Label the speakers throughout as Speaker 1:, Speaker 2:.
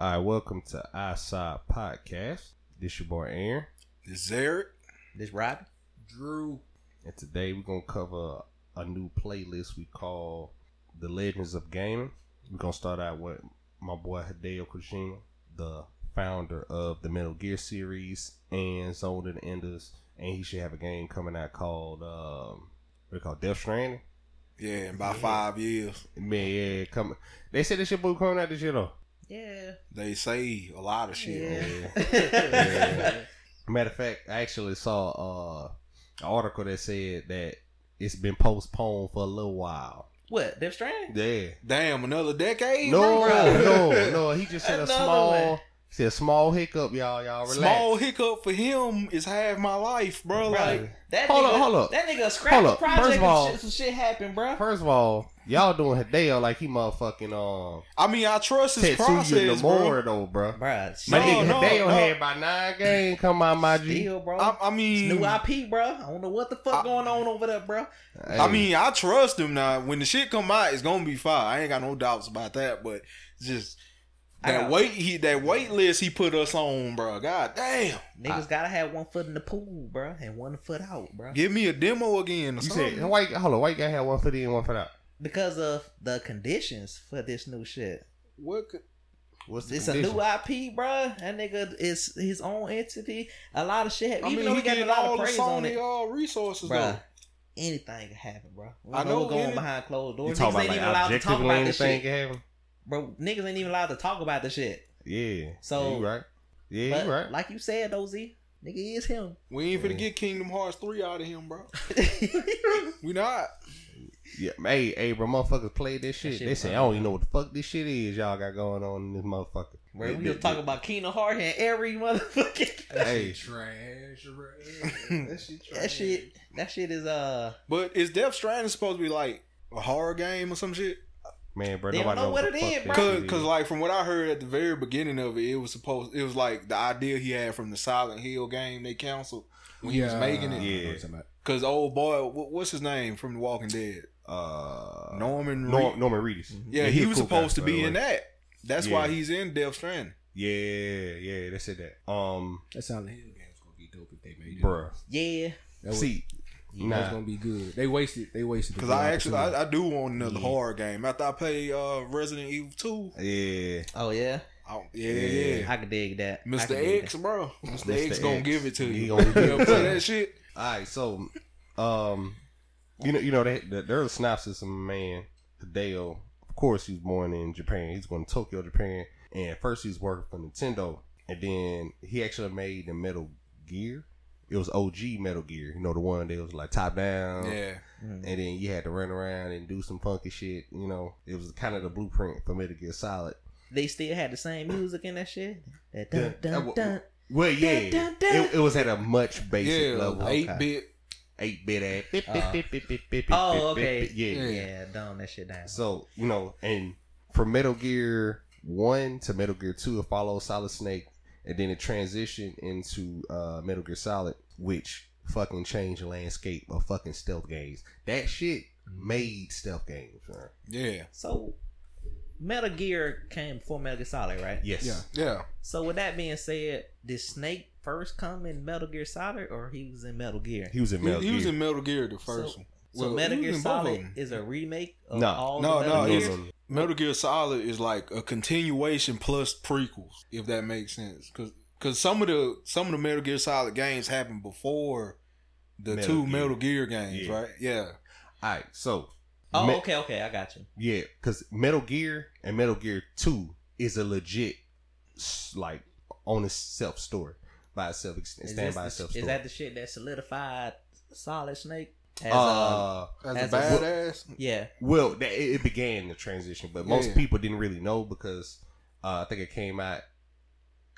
Speaker 1: All right, welcome to Outside Podcast. This your boy Aaron,
Speaker 2: This is Eric.
Speaker 3: This Rob?
Speaker 2: Drew.
Speaker 1: and today we're gonna cover a new playlist we call "The Legends of Gaming." We're gonna start out with my boy Hideo Kojima, the founder of the Metal Gear series and Zone of the Enders, and he should have a game coming out called um, what it called Death Stranding.
Speaker 2: Yeah, in about
Speaker 3: Yeah.
Speaker 2: five years.
Speaker 1: Man, yeah, come. They said this shit boy coming out this year though.
Speaker 3: Yeah.
Speaker 2: They say a lot of shit.
Speaker 3: Yeah.
Speaker 2: man.
Speaker 1: Yeah. Matter of fact, I actually saw uh, an article that said that it's been postponed for a little while.
Speaker 3: What? Death Stranding?
Speaker 1: Yeah.
Speaker 2: Damn, another decade?
Speaker 1: No,
Speaker 3: bro.
Speaker 1: no, no. He just said a
Speaker 3: Another
Speaker 1: small,
Speaker 3: one.
Speaker 1: he said a small hiccup, y'all. Y'all relax.
Speaker 2: Small hiccup for him is half my life, bro.
Speaker 3: Right.
Speaker 2: Like,
Speaker 3: That
Speaker 1: Hold
Speaker 3: nigga,
Speaker 1: up, hold up.
Speaker 3: That nigga scrapped
Speaker 1: Hold
Speaker 3: the
Speaker 1: up.
Speaker 3: project
Speaker 1: First of
Speaker 3: and
Speaker 1: all-
Speaker 3: shit, some shit happened, bro.
Speaker 1: First of all, y'all doing Hideo like he motherfucking um
Speaker 2: I mean, I trust
Speaker 1: Tetsuya
Speaker 2: his process, bro.
Speaker 1: Nomura though, bro.
Speaker 3: Bruh,
Speaker 1: My
Speaker 2: No,
Speaker 1: nigga
Speaker 2: no,
Speaker 1: Hideo
Speaker 2: no.
Speaker 1: had by nine game come out my G.
Speaker 3: deal, bro.
Speaker 2: I, I
Speaker 3: It's
Speaker 2: mean,
Speaker 3: new
Speaker 2: I,
Speaker 3: IP, bro. I don't know what the fuck
Speaker 2: I-
Speaker 3: going on over there, bro.
Speaker 1: Hey,
Speaker 2: mean, I trust him now. When the shit come out, it's gonna be fine. I ain't got no doubts about that. But just
Speaker 3: I
Speaker 2: that
Speaker 3: got-
Speaker 2: wait, he that wait list he put us on, bro. God damn,
Speaker 3: Niggas gotta have one foot in the pool, bro, and one foot out, bro.
Speaker 2: give me a demo again.
Speaker 1: you
Speaker 2: Or something.
Speaker 1: said why? you- Hold on, why you gotta have one foot in, one foot out?
Speaker 3: Because of the conditions for this new shit.
Speaker 2: what? Could,
Speaker 1: What's the
Speaker 3: It's a
Speaker 1: condition?
Speaker 3: new IP, bro. That nigga is his own entity. A lot of shit. hap-
Speaker 2: I
Speaker 3: Even
Speaker 2: mean,
Speaker 3: though
Speaker 2: he
Speaker 3: we got a
Speaker 2: getting
Speaker 3: lot
Speaker 2: all
Speaker 3: of
Speaker 2: the
Speaker 3: praise on
Speaker 2: Sony
Speaker 3: it,
Speaker 2: all resources,
Speaker 3: bro.
Speaker 2: though.
Speaker 3: Anything can happen, bro. We
Speaker 2: I
Speaker 3: don't know
Speaker 2: know
Speaker 3: what's going
Speaker 2: any-
Speaker 3: on behind closed
Speaker 1: You
Speaker 3: doors.
Speaker 1: talking
Speaker 3: Niggas
Speaker 1: about
Speaker 3: ain't
Speaker 1: like
Speaker 3: even allowed to talk
Speaker 1: objectively
Speaker 3: about this
Speaker 1: anything
Speaker 3: shit,
Speaker 1: can happen?
Speaker 3: bro. Niggas ain't even allowed to talk about this shit.
Speaker 1: Yeah.
Speaker 3: So-
Speaker 1: yeah, you right. Yeah,
Speaker 3: But
Speaker 1: you right.
Speaker 3: like you said, Ozy, nigga is him.
Speaker 2: We ain't
Speaker 1: Yeah.
Speaker 2: finna get Kingdom Hearts three out of him, bro. We not.
Speaker 1: yeah, hey, hey, bro, motherfuckers played this shit.
Speaker 3: shit
Speaker 1: they
Speaker 3: was
Speaker 1: say I
Speaker 3: hard,
Speaker 1: don't even
Speaker 3: bro.
Speaker 1: know what the fuck this shit is. Y'all got going on in this motherfucker.
Speaker 3: Bro,
Speaker 1: Th-
Speaker 3: we was
Speaker 1: th-
Speaker 3: talking about Kingdom Heart and every motherfucking
Speaker 1: th- Hey,
Speaker 4: Trash, bro.
Speaker 2: That
Speaker 4: shit
Speaker 3: that shit. That shit is uh.
Speaker 2: But is Death Stranding supposed to be like a horror game or some shit?
Speaker 1: man, bro,
Speaker 3: They
Speaker 1: nobody
Speaker 3: don't know
Speaker 1: knows
Speaker 3: what
Speaker 1: the
Speaker 3: it
Speaker 1: fuck
Speaker 3: is,
Speaker 1: that
Speaker 3: bro.
Speaker 2: Cause,
Speaker 1: shit
Speaker 2: cause
Speaker 1: is.
Speaker 2: like from what I heard at the very beginning of it, it was supposed it was like the idea he had from the Silent Hill game they canceled when he was making it.
Speaker 1: Uh, Yeah.
Speaker 2: Cause old boy, wh- what's his name from The Walking Dead?
Speaker 1: uh,
Speaker 2: Norman.
Speaker 1: Nor-
Speaker 2: Reed- Mm-hmm.
Speaker 1: Norman Reedus.
Speaker 2: yeah,
Speaker 1: he
Speaker 2: he
Speaker 1: a
Speaker 2: was
Speaker 1: cool guy,
Speaker 2: supposed to
Speaker 1: by the
Speaker 2: be
Speaker 1: way.
Speaker 2: in that. That's
Speaker 1: Yeah.
Speaker 2: why he's in Death Stranding.
Speaker 1: Yeah, yeah, they said that. Um,
Speaker 4: That Silent Hill game's gonna be dope if they made it.
Speaker 1: bruh,
Speaker 3: Yeah,
Speaker 4: that was,
Speaker 1: see,
Speaker 4: that's
Speaker 1: nah.
Speaker 4: gonna be good. They wasted. They wasted. the
Speaker 2: Cause
Speaker 4: good
Speaker 2: I actually
Speaker 4: opportunity.
Speaker 2: I, I do want another
Speaker 3: Yeah.
Speaker 2: horror game after I play uh, Resident Evil Two.
Speaker 1: yeah,
Speaker 3: oh yeah,
Speaker 2: I, yeah,
Speaker 1: Yeah.
Speaker 2: yeah.
Speaker 3: I can dig that. I
Speaker 2: Mr.
Speaker 3: can dig
Speaker 2: X,
Speaker 3: that.
Speaker 2: bro. Mr.
Speaker 1: Mr.
Speaker 2: X gonna
Speaker 1: X.
Speaker 2: give it to
Speaker 1: He
Speaker 2: you.
Speaker 1: gonna give
Speaker 2: You ever
Speaker 1: it to
Speaker 2: play
Speaker 1: you.
Speaker 2: that shit?
Speaker 1: All right, so, um, you know, you know that, that there's a synopsis of a man, Hideo. Of course, he was born in Japan. He's going to Tokyo, Japan, and at first he was working for Nintendo, and then he actually made the Metal Gear. It was OG Metal Gear, you know, the one that was like top down,
Speaker 2: Yeah.
Speaker 3: Mm.
Speaker 1: and then you had to run around and do some funky shit. You know, it was kind of the blueprint for Metal Gear Solid.
Speaker 3: They still had the same music in that shit. That
Speaker 1: Yeah,
Speaker 3: dun
Speaker 1: that
Speaker 3: dun
Speaker 1: wa-
Speaker 3: dun.
Speaker 1: Well, yeah,
Speaker 3: Dun, dun, dun.
Speaker 1: It, it was at a much basic
Speaker 2: yeah,
Speaker 1: level,
Speaker 2: eight
Speaker 3: Okay.
Speaker 2: bit.
Speaker 1: eight bit ass. bip,
Speaker 3: Uh,
Speaker 1: bip, bip, bip, bip, bip,
Speaker 3: oh,
Speaker 1: bip,
Speaker 3: okay.
Speaker 1: bip, yeah.
Speaker 3: Yeah,
Speaker 2: Yeah.
Speaker 3: dumb that shit down.
Speaker 1: So you know, and from Metal Gear One to Metal Gear Two, it follows Solid Snake, and then it transitioned into uh, Metal Gear Solid, which fucking changed the landscape of fucking stealth games. That shit made stealth games. Right?
Speaker 2: Yeah,
Speaker 3: So, Metal Gear came before Metal Gear Solid, right?
Speaker 1: Yes.
Speaker 4: Yeah.
Speaker 2: yeah.
Speaker 3: So with that being said, did Snake first come in Metal Gear Solid, or he was in Metal Gear?
Speaker 1: He was in
Speaker 2: He,
Speaker 1: Metal
Speaker 2: he
Speaker 1: Gear.
Speaker 2: was in Metal Gear the first
Speaker 3: So-
Speaker 2: one.
Speaker 3: So
Speaker 2: Well,
Speaker 3: Metal
Speaker 2: he
Speaker 3: Gear
Speaker 2: was in both of
Speaker 3: Solid
Speaker 2: them.
Speaker 3: is a remake of
Speaker 1: No.
Speaker 3: all
Speaker 2: No, no,
Speaker 3: the Metal
Speaker 1: No,
Speaker 3: Gears?
Speaker 2: it's-
Speaker 1: no, no.
Speaker 2: Metal Gear Solid is like a continuation plus prequels, if that makes sense. Cause, 'cause some of the some of the Metal Gear Solid games happened before the
Speaker 1: Metal
Speaker 2: two
Speaker 1: Gear.
Speaker 2: Metal Gear games,
Speaker 1: Yeah.
Speaker 2: right? Yeah.
Speaker 1: All right, so
Speaker 3: Oh,
Speaker 1: Me-
Speaker 3: okay, okay, I got you.
Speaker 1: yeah, because Metal Gear and Metal Gear Two is a legit s- like on itself story by itself, stand
Speaker 3: Is, this
Speaker 1: by
Speaker 3: the-
Speaker 1: itself
Speaker 3: is
Speaker 1: story.
Speaker 3: that the shit that solidified Solid Snake? As, uh,
Speaker 1: uh,
Speaker 2: As,
Speaker 3: As
Speaker 2: a
Speaker 3: a-
Speaker 2: badass.
Speaker 3: yeah,
Speaker 1: Well, that, it, it began the transition, but most
Speaker 2: Yeah.
Speaker 1: people didn't really know because uh, I think it came out.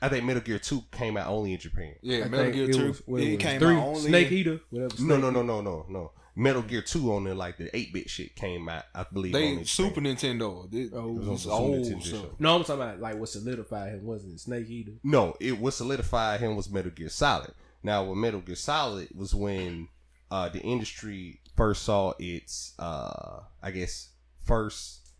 Speaker 1: I think Metal Gear Two came out only in Japan.
Speaker 2: yeah,
Speaker 4: I
Speaker 2: Metal
Speaker 4: think
Speaker 2: Gear
Speaker 4: it
Speaker 2: Two.
Speaker 4: was- what
Speaker 2: it
Speaker 4: was,
Speaker 2: came
Speaker 4: three,
Speaker 2: out only.
Speaker 4: Snake Eater. Whatever.
Speaker 1: No, no, no, no, no, no. Metal Gear Two on there, like the eight bit shit came out. I believe
Speaker 2: They
Speaker 1: only in
Speaker 2: Super
Speaker 1: Japan.
Speaker 2: Nintendo. They-
Speaker 4: Oh,
Speaker 1: It was on
Speaker 2: it's
Speaker 1: the Super
Speaker 2: old
Speaker 1: Nintendo
Speaker 2: stuff.
Speaker 1: show.
Speaker 4: No, I'm talking about like what solidified him wasn't it? Snake Eater.
Speaker 1: No, it what solidified him was Metal Gear Solid. Now, with Metal Gear Solid was when uh, the industry first saw its, uh, I guess, first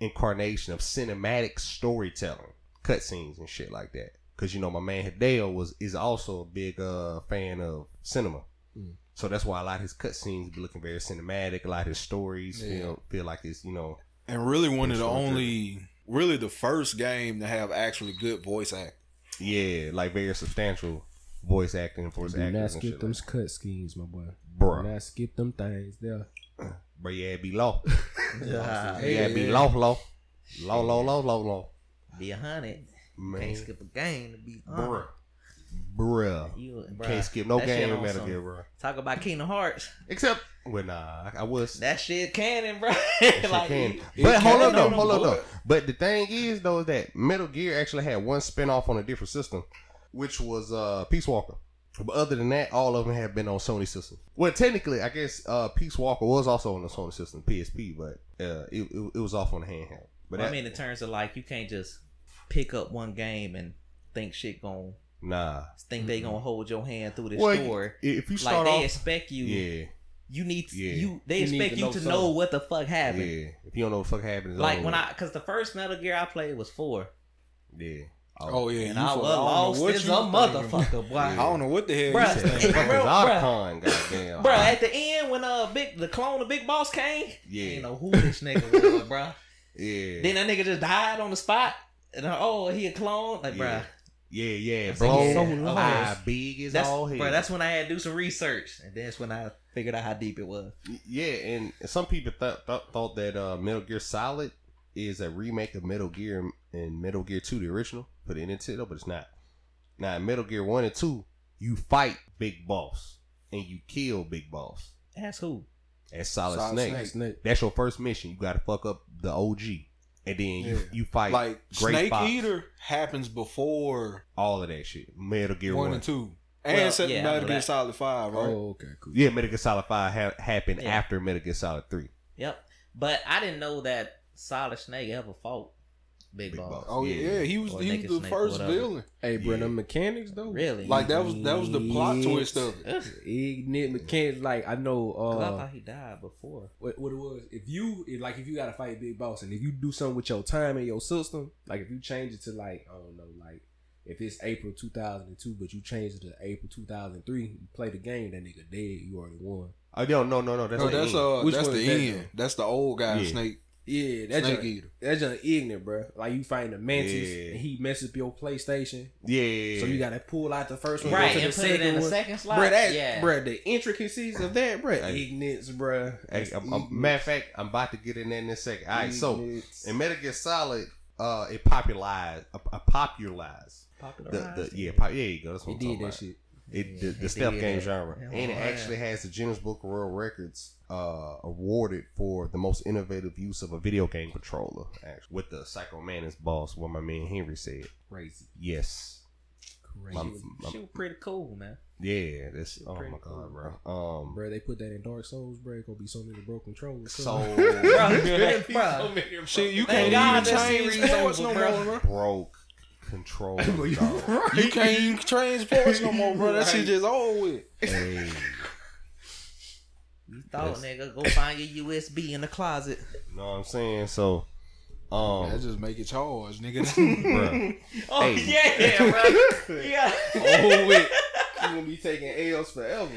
Speaker 1: incarnation of cinematic storytelling. cutscenes and shit like that. Cause you know my man Hideo was is also a big uh fan of cinema,
Speaker 4: Mm.
Speaker 1: so that's why a lot of his cutscenes be looking very cinematic. A lot of his stories
Speaker 2: Yeah.
Speaker 1: feel feel like it's you know
Speaker 2: and really one of the
Speaker 1: Sure, sure.
Speaker 2: only, really the first game to have actually good voice act.
Speaker 1: yeah like very substantial voice acting for his
Speaker 4: Do not
Speaker 1: actors and
Speaker 4: skip
Speaker 1: shit.
Speaker 4: them
Speaker 1: Like.
Speaker 4: cut schemes, my boy. Do
Speaker 1: Bruh,
Speaker 4: not skip them things. There.
Speaker 1: but yeah, it be low.
Speaker 3: Yeah.
Speaker 1: Yeah, it be
Speaker 2: yeah.
Speaker 1: low, low, low, low, low, low, low.
Speaker 3: Be a hundred.
Speaker 1: Man,
Speaker 3: Can't skip a game to be
Speaker 1: bruh,
Speaker 3: honest.
Speaker 1: bruh.
Speaker 3: You
Speaker 1: Can't
Speaker 3: bruh,
Speaker 1: skip no
Speaker 3: that shit
Speaker 1: game in
Speaker 3: on
Speaker 1: Metal
Speaker 3: some-
Speaker 1: Gear, bro.
Speaker 3: Talk about Kingdom Hearts.
Speaker 1: Except, well, nah, I- I was.
Speaker 3: That shit canon, bro.
Speaker 1: That shit
Speaker 3: like,
Speaker 1: can.
Speaker 2: it
Speaker 1: But hold
Speaker 2: can,
Speaker 1: on, though,
Speaker 2: no,
Speaker 1: hold on,
Speaker 2: but-
Speaker 1: though. But the thing is, though, is that Metal Gear actually had one spinoff on a different system, which was uh, Peace Walker. But other than that, all of them have been on Sony system. Well, technically, I guess uh, Peace Walker was also on the Sony system, PSP, but uh, it, it, it was off on the handheld. But
Speaker 3: Well, I
Speaker 1: that-
Speaker 3: mean, in terms of like, you can't just pick up one game and think shit gon'
Speaker 1: nah.
Speaker 3: think
Speaker 1: Mm-hmm.
Speaker 3: they gonna hold your hand through this
Speaker 1: Well,
Speaker 3: story.
Speaker 1: i- if you
Speaker 3: Like
Speaker 1: start
Speaker 3: they
Speaker 1: off,
Speaker 3: expect you.
Speaker 1: yeah,
Speaker 3: You need
Speaker 1: Yeah.
Speaker 3: you. They
Speaker 4: You need
Speaker 3: expect
Speaker 4: to
Speaker 3: you
Speaker 4: know
Speaker 3: to
Speaker 4: something.
Speaker 3: know what the fuck
Speaker 1: yeah.
Speaker 3: happened.
Speaker 1: If you don't know what the fuck happened, it's
Speaker 3: Like
Speaker 1: over
Speaker 3: when
Speaker 1: with.
Speaker 3: I, cause the first Metal Gear I played was four,
Speaker 1: yeah,
Speaker 2: Oh yeah,
Speaker 3: and
Speaker 2: you
Speaker 3: I
Speaker 2: fuck-
Speaker 3: was
Speaker 2: don't know
Speaker 3: lost
Speaker 2: what
Speaker 3: as a
Speaker 2: you thinking.
Speaker 3: motherfucker, boy.
Speaker 2: I don't know what the hell
Speaker 3: Bruh.
Speaker 2: you think.
Speaker 1: Fuck
Speaker 3: real,
Speaker 1: is Otacon, goddamn.
Speaker 3: Bruh, at the end when uh big the clone of Big Boss came,
Speaker 1: Yeah.
Speaker 3: you know who this nigga was, bruh.
Speaker 1: yeah,
Speaker 3: Then that nigga just died on the spot, and uh, oh he a clone, like
Speaker 1: Yeah.
Speaker 3: bruh.
Speaker 1: yeah, yeah,
Speaker 3: was
Speaker 1: bro.
Speaker 3: like, yeah,
Speaker 1: So
Speaker 3: oh,
Speaker 1: my big is
Speaker 3: That's,
Speaker 1: all here.
Speaker 3: bruh, that's when I had to do some research, and that's when I figured out how deep it was.
Speaker 1: Yeah, and some people thought th- thought that uh, Metal Gear Solid is a remake of Metal Gear and Metal Gear Two, the original, for the Nintendo, but it's not. Now, in Metal Gear One and Two, you fight Big Boss and you kill Big Boss
Speaker 3: That's who.
Speaker 1: as Solid,
Speaker 2: Solid
Speaker 1: Snake.
Speaker 2: Uh, Snake.
Speaker 4: Snake, snake.
Speaker 1: That's your first mission. You got to fuck up the OG, and then you,
Speaker 2: Yeah.
Speaker 1: you fight
Speaker 2: Like
Speaker 1: Great
Speaker 2: Snake
Speaker 1: Fox.
Speaker 2: Eater happens before
Speaker 1: all of that shit. Metal Gear
Speaker 2: one
Speaker 1: One,
Speaker 2: and two,
Speaker 3: Well,
Speaker 2: and set
Speaker 3: yeah, I
Speaker 2: Metal
Speaker 3: know
Speaker 2: Gear
Speaker 3: that.
Speaker 2: Solid Five, right?
Speaker 4: Oh, okay, cool.
Speaker 1: Yeah, Metal Gear Solid Five ha- happened
Speaker 3: Yeah.
Speaker 1: after Metal Gear Solid Three.
Speaker 3: Yep. But I didn't know that Solid Snake ever fought Big,
Speaker 1: Big
Speaker 3: Boss.
Speaker 1: Boss.
Speaker 2: Oh yeah,
Speaker 1: Yeah.
Speaker 2: yeah, he was
Speaker 3: Or
Speaker 2: he
Speaker 3: Naked
Speaker 2: was the
Speaker 3: Snake,
Speaker 2: first
Speaker 3: whatever.
Speaker 2: villain.
Speaker 4: Hey, bro,
Speaker 1: Yeah.
Speaker 4: them mechanics though.
Speaker 3: Really?
Speaker 2: Like that was that was the plot
Speaker 4: Yes.
Speaker 2: twist of it.
Speaker 3: Ugh.
Speaker 4: Ignite mechanics. Like I know.
Speaker 3: 'Cause I
Speaker 4: uh
Speaker 3: thought he died before.
Speaker 4: what, what it was. If you if, like, if you gotta fight Big Boss, and if you do something with your time and your system, like if you change it to like I don't know, like if it's April two thousand and two, but you change it to April two thousand three, you play the game, that nigga dead, you already won.
Speaker 1: Oh no, no, no, no. That's,
Speaker 2: No,
Speaker 1: the
Speaker 2: that's
Speaker 1: end.
Speaker 2: uh,
Speaker 4: Which
Speaker 2: that's
Speaker 4: one
Speaker 2: the
Speaker 4: is that,
Speaker 2: end. That's the old guy
Speaker 1: Yeah.
Speaker 2: Snake
Speaker 4: Yeah, that's
Speaker 2: Snake
Speaker 4: just,
Speaker 2: Eater.
Speaker 4: that's just ignorant, bro. Like you fighting the Mantis,
Speaker 1: Yeah.
Speaker 4: and he messes up your PlayStation,
Speaker 1: yeah, yeah, yeah.
Speaker 4: so you gotta pull out the first one,
Speaker 3: Right,
Speaker 4: go to
Speaker 3: and
Speaker 4: the
Speaker 3: put it in
Speaker 4: second
Speaker 3: the
Speaker 4: one.
Speaker 3: second slot.
Speaker 4: Bruh, that,
Speaker 3: yeah.
Speaker 4: bruh, the intricacies of that, bruh.
Speaker 1: Hey.
Speaker 4: Ignorance, bruh.
Speaker 1: Hey,
Speaker 4: That's
Speaker 1: I'm, I'm-
Speaker 4: ignorance.
Speaker 1: matter of fact, I'm about to get in there in a second. All right, so
Speaker 4: Ignorance.
Speaker 1: in Metal Gear Solid, uh, it popularized, uh, uh, popularized the, the
Speaker 3: Popularized
Speaker 1: yeah,
Speaker 3: it.
Speaker 1: pop, yeah, you go. That's what
Speaker 4: he
Speaker 1: I'm talking
Speaker 4: did
Speaker 1: about.
Speaker 4: that shit.
Speaker 1: It the,
Speaker 3: Yeah,
Speaker 1: the
Speaker 3: he
Speaker 1: stealth
Speaker 3: did
Speaker 1: game
Speaker 3: that.
Speaker 1: genre,
Speaker 3: Yeah,
Speaker 1: and it
Speaker 3: well,
Speaker 1: actually has the Guinness Book of World Records uh, awarded for the most innovative use of a video game controller, actually, with the Psycho Man's boss, what my man Henry said.
Speaker 4: Crazy,
Speaker 1: Yes,
Speaker 4: crazy.
Speaker 1: my,
Speaker 3: She
Speaker 1: my,
Speaker 3: was pretty cool, man.
Speaker 1: yeah, that's oh
Speaker 3: pretty
Speaker 1: my god,
Speaker 3: cool.
Speaker 1: bro. Um,
Speaker 4: Bro, they put that in Dark Souls, bro. It's gonna be so many broken trolls.
Speaker 1: so
Speaker 3: Bruh, bruh.
Speaker 2: Shit, you
Speaker 3: Thank
Speaker 2: can't
Speaker 3: God
Speaker 2: even
Speaker 3: that
Speaker 2: change
Speaker 3: series
Speaker 2: sports
Speaker 3: over,
Speaker 2: no
Speaker 3: bro.
Speaker 2: more, bro.
Speaker 1: broke control. dog.
Speaker 2: You can't even change sports no more, bro. That shit just over with.
Speaker 1: Hey,
Speaker 3: You thought, nigga, go find your USB in the closet.
Speaker 1: you know what I'm saying? So, um,
Speaker 2: That just make it charge, nigga.
Speaker 1: bruh,
Speaker 3: Oh
Speaker 1: Hey.
Speaker 3: yeah, bro. yeah.
Speaker 4: oh wait, you gonna be taking L's forever.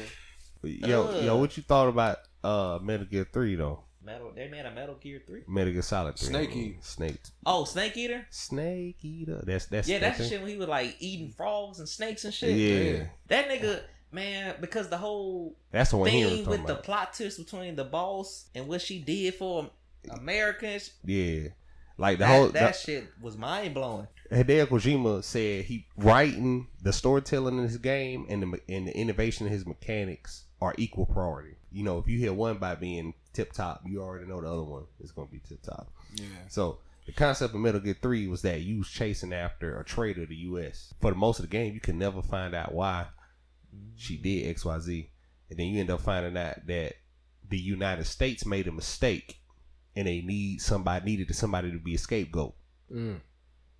Speaker 1: yo, yo, what you thought about uh Metal Gear Three though?
Speaker 3: Metal. They made a Metal Gear three.
Speaker 1: Metal Gear Solid Three.
Speaker 2: Snake
Speaker 1: I mean,
Speaker 2: Eater.
Speaker 1: Snake,
Speaker 3: Oh, Snake Eater.
Speaker 1: Snake Eater. That's that's
Speaker 3: Yeah, that's
Speaker 1: that
Speaker 3: the
Speaker 1: thing?
Speaker 3: shit when he was like eating frogs and snakes and shit.
Speaker 1: Yeah,
Speaker 2: Yeah.
Speaker 3: That nigga, man, because the whole
Speaker 1: that's the one he was
Speaker 3: thing
Speaker 1: talking
Speaker 3: with the
Speaker 1: about.
Speaker 3: plot twist between the boss and what she did for Americans,
Speaker 1: yeah, like the
Speaker 3: that,
Speaker 1: whole
Speaker 3: that shit was mind blowing.
Speaker 1: the, Hideo Kojima said he writing the storytelling in his game and the me- and the innovation in his mechanics are equal priority. You know, if you hit one by being tip top, you already know the other one is gonna be tip top.
Speaker 2: Yeah.
Speaker 1: So the concept of Metal Gear Three was that you was chasing after a traitor to the U.S. For the most of the game, you could never find out why she did X, Y, Z, and then you end up finding out that the United States made a mistake, and they need somebody needed somebody to be a scapegoat,
Speaker 4: Mm.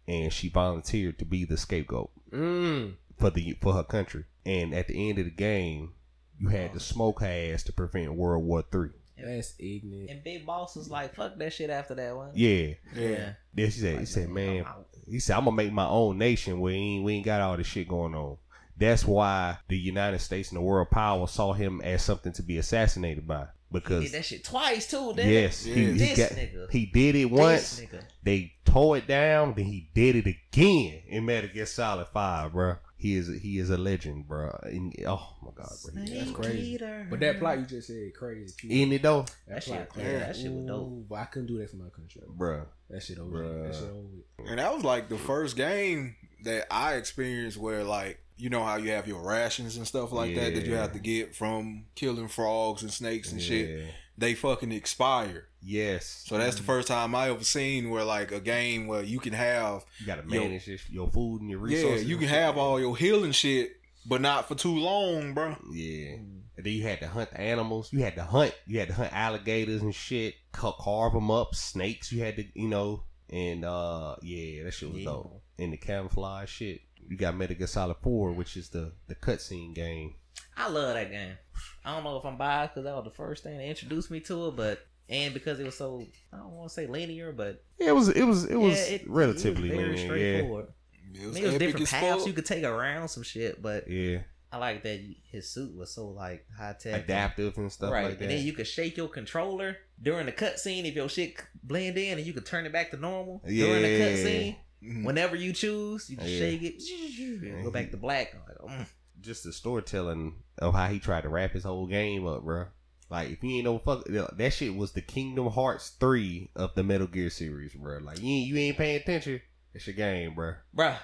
Speaker 1: and she volunteered to be the scapegoat
Speaker 4: Mm.
Speaker 1: for the for her country. And at the end of the game, you had to smoke her ass to prevent World War Three.
Speaker 4: That's ignorant.
Speaker 3: And Big Boss was like, "Fuck that shit." After that one,
Speaker 1: Yeah.
Speaker 2: Yeah.
Speaker 1: Then she said, he said, man, he said, I'm gonna make my own nation where he ain't, we ain't got all this shit going on. That's why the United States and the world power saw him as something to be assassinated by
Speaker 3: did
Speaker 1: because
Speaker 3: that shit twice too. Didn't he?
Speaker 1: yes, he, he
Speaker 3: This
Speaker 1: got
Speaker 3: nigga.
Speaker 1: he did it once.
Speaker 3: This nigga.
Speaker 1: They tore it down, then he did it again in Metal Gear Solid Five, bro. He is he is a legend, bro. And, oh my god, bro.
Speaker 3: Snake
Speaker 4: that's crazy.
Speaker 3: Eater.
Speaker 4: But that plot you just said crazy.
Speaker 1: In it though,
Speaker 3: That shit- yeah, that shit was dope.
Speaker 4: Ooh, but I couldn't do that for my country.
Speaker 1: bro.
Speaker 4: That shit over.
Speaker 1: Bruh.
Speaker 4: That shit over. with.
Speaker 2: And that was like the first game that I experienced where like you know how you have your rations and stuff like that that you
Speaker 1: Yeah.
Speaker 2: have to get from killing frogs and snakes and shit. They fucking expire.
Speaker 1: Yes,
Speaker 2: So
Speaker 3: Mm.
Speaker 2: that's the first time I ever seen where like a game where you can have
Speaker 1: you gotta manage your, your food and your
Speaker 2: yeah
Speaker 1: resources.
Speaker 2: you
Speaker 1: and
Speaker 2: can
Speaker 1: shit.
Speaker 2: have all your healing shit, but not for too long, bro.
Speaker 1: Yeah.
Speaker 3: Mm.
Speaker 1: And then you had to hunt the animals. You had to hunt. You had to hunt alligators and shit. Ca- Carve them up. Snakes. You had to, you know. And uh, yeah, that shit was
Speaker 3: Yeah.
Speaker 1: dope. And the camouflage shit. You got Metal Gear Solid Four, which is the the cutscene game.
Speaker 3: I love that game. I don't know if I'm biased because that was the first thing that introduced me to it, but and because it was so I don't want to say linear, but
Speaker 1: It was it was it was
Speaker 3: yeah,
Speaker 1: relatively
Speaker 3: it was
Speaker 1: linear.
Speaker 3: very
Speaker 1: Yeah,
Speaker 3: straightforward.
Speaker 2: It
Speaker 3: I
Speaker 2: was
Speaker 3: mean, it was
Speaker 2: epic
Speaker 3: different
Speaker 2: as fuck.
Speaker 3: paths you could take around some shit, but
Speaker 1: yeah.
Speaker 3: I like that his suit was so like high tech,
Speaker 1: Adaptive and stuff
Speaker 3: right?
Speaker 1: like that.
Speaker 3: And then you could shake your controller during the cutscene if your shit blend in, and you could turn it back to normal during the
Speaker 1: Yeah.
Speaker 3: cutscene.
Speaker 1: Mm.
Speaker 2: Mhm.
Speaker 3: Whenever you choose, you just
Speaker 1: Yeah.
Speaker 3: shake it, and go back to black. I'm like, mm.
Speaker 1: Just the storytelling of how he tried to wrap his whole game up, bro. Like if you ain't no fuck that shit was the Kingdom Hearts three of the Metal Gear series, bro. Like you ain't, you ain't paying attention. It's your game, bro.
Speaker 3: Bruh,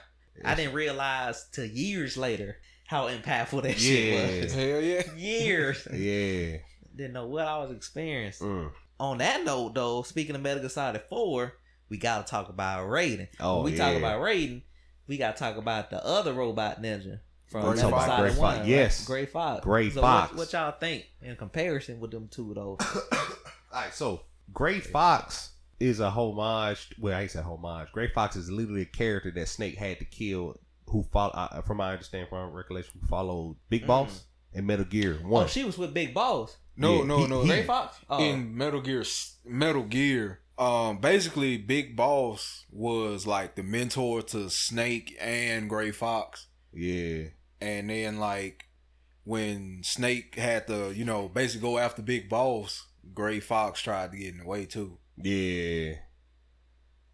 Speaker 3: I didn't realize till years later how impactful that shit was.
Speaker 2: Hell yeah.
Speaker 3: years.
Speaker 1: Yeah.
Speaker 3: Didn't know what I was experiencing.
Speaker 1: Mm.
Speaker 3: On that note, though, speaking of Metal Gear Solid 4, we got to talk about Raiden.
Speaker 1: Oh,
Speaker 3: when we
Speaker 1: yeah.
Speaker 3: talk about Raiden, we got to talk about the other robot ninja from
Speaker 2: Gray
Speaker 3: Metal Gear
Speaker 2: Fox.
Speaker 3: Solid
Speaker 1: Gray
Speaker 3: 1.
Speaker 1: Fox,
Speaker 3: right?
Speaker 1: yes.
Speaker 3: Gray Fox.
Speaker 1: Gray
Speaker 3: so
Speaker 1: Fox.
Speaker 3: What, what y'all think in comparison with them two, though? Oh,
Speaker 1: All right, so Gray Fox is a homage. Well, I ain't say homage. Gray Fox is literally a character that Snake had to kill. Who follow? Uh, from my understanding, from my recollection, who followed Big
Speaker 3: Mm.
Speaker 1: Boss and Metal Gear One.
Speaker 3: Oh, she was with Big Boss.
Speaker 2: No,
Speaker 1: Yeah,
Speaker 2: no,
Speaker 1: he-
Speaker 2: no.
Speaker 1: he-
Speaker 2: They
Speaker 3: Gray Fox? Oh,
Speaker 2: in Metal Gear, S- Metal Gear, um, basically Big Boss was like the mentor to Snake and Gray Fox,
Speaker 1: yeah,
Speaker 2: and then like when Snake had to, you know, basically go after Big Boss, Gray Fox tried to get in the way too.
Speaker 1: yeah.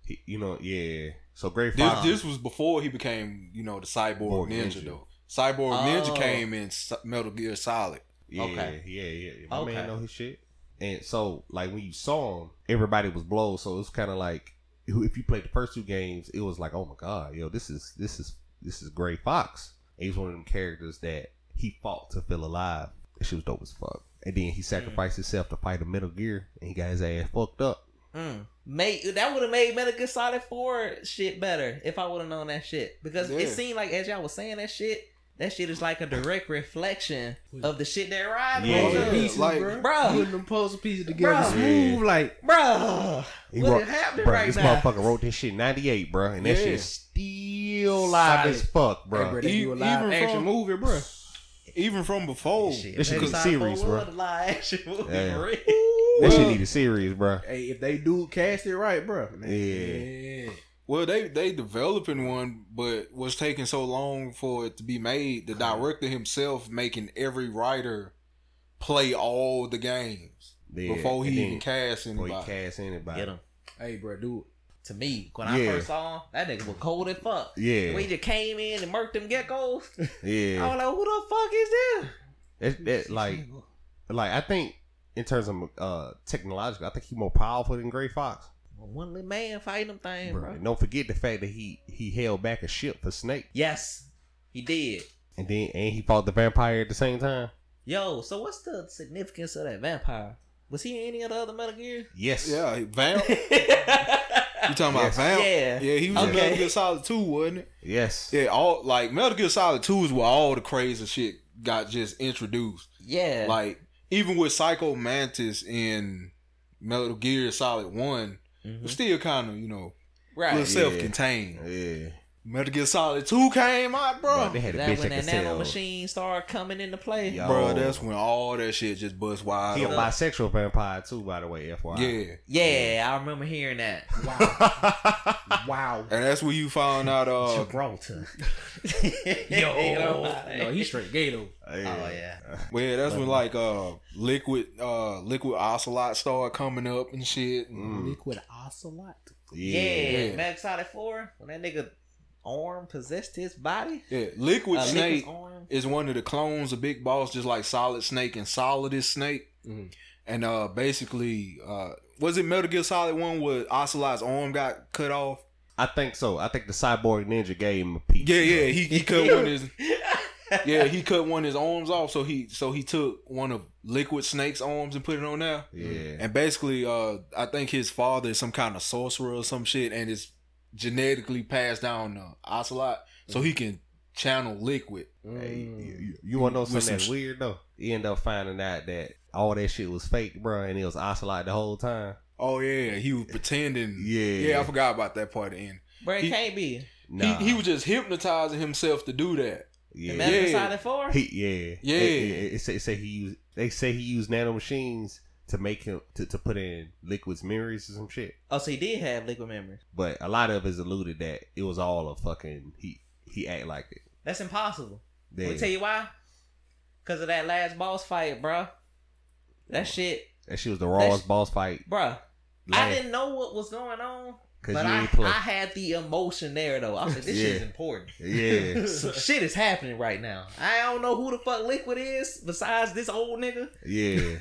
Speaker 1: He- you know, yeah. So Gray
Speaker 2: This
Speaker 1: Fox.
Speaker 2: this was before he became, you know, the Cyborg
Speaker 1: Borg
Speaker 2: Ninja,
Speaker 1: Ninja.
Speaker 2: though. Cyborg
Speaker 3: Oh.
Speaker 2: Ninja came in S- Metal Gear Solid.
Speaker 1: Yeah,
Speaker 3: Okay.
Speaker 1: yeah, yeah. My
Speaker 3: Okay.
Speaker 1: man know his shit. And so, like when you saw him, everybody was blown. So it's kind of like if you played the first two games, it was like, oh my god, yo, this is this is this is Gray Fox. And he's one of them characters that he fought to feel alive. That shit was dope as fuck. And then he sacrificed himself to fight a Metal Gear, and he got his ass fucked up.
Speaker 3: Mm. Made, that would have made Metal Gear Solid 4 shit better if I would have known that shit. Because
Speaker 2: Yeah.
Speaker 3: it seemed like as y'all was saying that shit, that shit is like a direct reflection of the shit that Ryan
Speaker 1: Yeah.
Speaker 3: yeah.
Speaker 4: All the
Speaker 2: Yeah,
Speaker 4: pieces,
Speaker 2: like-
Speaker 4: bruh.
Speaker 3: Bruh.
Speaker 4: Putting them puzzle pieces together
Speaker 3: Bruh.
Speaker 4: smooth, like
Speaker 3: Bruh.
Speaker 1: He
Speaker 3: What
Speaker 1: wrote-
Speaker 3: is happening
Speaker 1: bruh,
Speaker 3: right
Speaker 1: this
Speaker 3: now?
Speaker 1: motherfucker wrote this shit in '98, bro, and that
Speaker 2: Yeah.
Speaker 1: shit is still live
Speaker 4: Solid.
Speaker 1: as fuck,
Speaker 4: bro. Hey,
Speaker 1: bro.
Speaker 4: bruh, they
Speaker 2: E-
Speaker 4: do a live
Speaker 2: even
Speaker 4: action
Speaker 2: from-
Speaker 4: movie, bro.
Speaker 2: Even from before,
Speaker 3: Shit,
Speaker 1: Oh, this shit
Speaker 3: Metal
Speaker 1: could
Speaker 3: Gear
Speaker 1: be
Speaker 3: Solid 4
Speaker 1: serious, bruh.
Speaker 3: was a live action movie,
Speaker 1: Yeah.
Speaker 3: for real.
Speaker 1: That shit
Speaker 2: Well-
Speaker 1: need a series, bro.
Speaker 4: Hey, if they do cast it right, bro.
Speaker 1: Yeah.
Speaker 2: Well, they they developing one, but was taking so long for it to be made. The director himself making every writer play all the games before he even cast
Speaker 1: before
Speaker 2: anybody.
Speaker 1: he cast anybody.
Speaker 3: Get him.
Speaker 4: Hey, bro, dude.
Speaker 3: To me, when I
Speaker 1: Yeah.
Speaker 3: first saw him, that nigga was cold as fuck.
Speaker 1: Yeah,
Speaker 3: We just came in and murked them geckos. I
Speaker 1: yeah.
Speaker 3: was like, who the fuck is this?
Speaker 1: That, that, like, like I think in terms of uh technological, I think he's more powerful than Gray Fox.
Speaker 3: One little man fighting them thing,
Speaker 1: Bro,
Speaker 3: bro.
Speaker 1: and don't forget the fact that he he held back a ship for Snake,
Speaker 3: Yes, he did.
Speaker 1: and then and he fought the vampire at the same time.
Speaker 3: Yo, so what's the significance of that vampire? Was he in any of the other Metal Gear?
Speaker 1: Yes.
Speaker 2: Yeah, Vamp. you
Speaker 3: okay.
Speaker 2: talking about
Speaker 1: Yes.
Speaker 2: Vamp?
Speaker 3: Yeah.
Speaker 2: yeah, he was in
Speaker 3: Okay.
Speaker 2: Metal Gear Solid Two, wasn't it?
Speaker 1: Yes.
Speaker 2: Yeah, all like Metal Gear Solid Two is where all the crazy shit got just introduced.
Speaker 3: Yeah.
Speaker 2: Like even with Psycho Mantis in Metal Gear Solid One,
Speaker 3: Mhm.
Speaker 2: it's still kind of you know a
Speaker 3: right.
Speaker 2: little
Speaker 1: Yeah.
Speaker 2: self contained.
Speaker 1: Yeah.
Speaker 2: Metal Gear Solid Two came out, bro.
Speaker 1: Bruh, they had a
Speaker 3: That
Speaker 1: bitch
Speaker 3: when
Speaker 1: that
Speaker 3: that
Speaker 1: could
Speaker 3: nano
Speaker 1: tell.
Speaker 3: machine started coming into play.
Speaker 1: Yo.
Speaker 2: Bro, that's when all that shit just bust wide.
Speaker 1: He a
Speaker 2: open.
Speaker 1: bisexual vampire too, by the way. FYI.
Speaker 2: Yeah,
Speaker 3: Yeah, I remember hearing that.
Speaker 4: Wow. Oh, wow.
Speaker 2: and that's when you found out. Uh,
Speaker 3: Gibraltar.
Speaker 4: Yo.
Speaker 3: You know what I'm
Speaker 4: no,
Speaker 3: saying?
Speaker 4: he's straight gay though.
Speaker 3: Oh yeah.
Speaker 2: well, yeah, that's when like uh, liquid, uh, liquid ocelot started coming up and shit.
Speaker 1: Mm.
Speaker 4: Liquid ocelot.
Speaker 1: Yeah.
Speaker 3: Yeah,
Speaker 2: Yeah.
Speaker 3: Metal Gear Solid Four when that nigga arm possessed his body.
Speaker 2: Yeah, liquid
Speaker 3: Uh, Liquid's
Speaker 2: snake
Speaker 3: arm.
Speaker 2: is one of the clones of Big Boss, just like Solid Snake and Solid is Snake.
Speaker 4: Mhm.
Speaker 2: And uh, basically, uh, was it Metal Gear Solid One where Ocelot's arm got cut off?
Speaker 1: I think so. I think the cyborg ninja gave him a piece.
Speaker 2: Yeah, yeah, he, he cut one of his yeah he cut one of his arms off. So he so he took one of Liquid Snake's arms and put it on there.
Speaker 1: Yeah.
Speaker 2: And basically, uh, I think his father is some kind of sorcerer or some shit, and it's genetically passed down to Ocelot, so he can channel Liquid.
Speaker 1: Hey,
Speaker 4: Mm.
Speaker 1: you, you wanna know
Speaker 2: With
Speaker 1: something
Speaker 2: some
Speaker 1: that's
Speaker 2: sh-
Speaker 1: weird though? You end up finding out that all that shit was fake, bro, and it was ocelot the whole time.
Speaker 2: Oh yeah, he was pretending.
Speaker 1: Yeah.
Speaker 2: yeah, I forgot about that part. At the end,
Speaker 3: Bro, it
Speaker 2: He-
Speaker 3: can't be.
Speaker 1: Nah.
Speaker 2: he, he was just hypnotizing himself to do that.
Speaker 1: yeah.
Speaker 3: And Metal Gear
Speaker 2: Yeah.
Speaker 3: Solid Four.
Speaker 1: He, yeah,
Speaker 2: Yeah.
Speaker 1: It, it- it say, it say he used. They say he used nano machines to make him to, to put in liquids, mirrors, or some shit.
Speaker 3: Oh, so he did have liquid memory.
Speaker 1: But a lot of us alluded that it was all a fucking he. He act like it.
Speaker 3: That's impossible.
Speaker 1: That,
Speaker 3: We tell you why. Because of that last boss fight, bruh. That shit,
Speaker 1: that shit was the rawest
Speaker 3: sh-
Speaker 1: boss fight.
Speaker 3: bruh. I
Speaker 1: last,
Speaker 3: didn't know what was going on,
Speaker 1: Cause
Speaker 3: but
Speaker 1: you
Speaker 3: I,
Speaker 1: ain't play.
Speaker 3: I had the emotion there though. I was like, this shit's
Speaker 1: Yeah.
Speaker 3: important.
Speaker 1: yeah,
Speaker 3: Some shit is happening right now. I don't know who the fuck Liquid is besides this old nigga,
Speaker 1: yeah.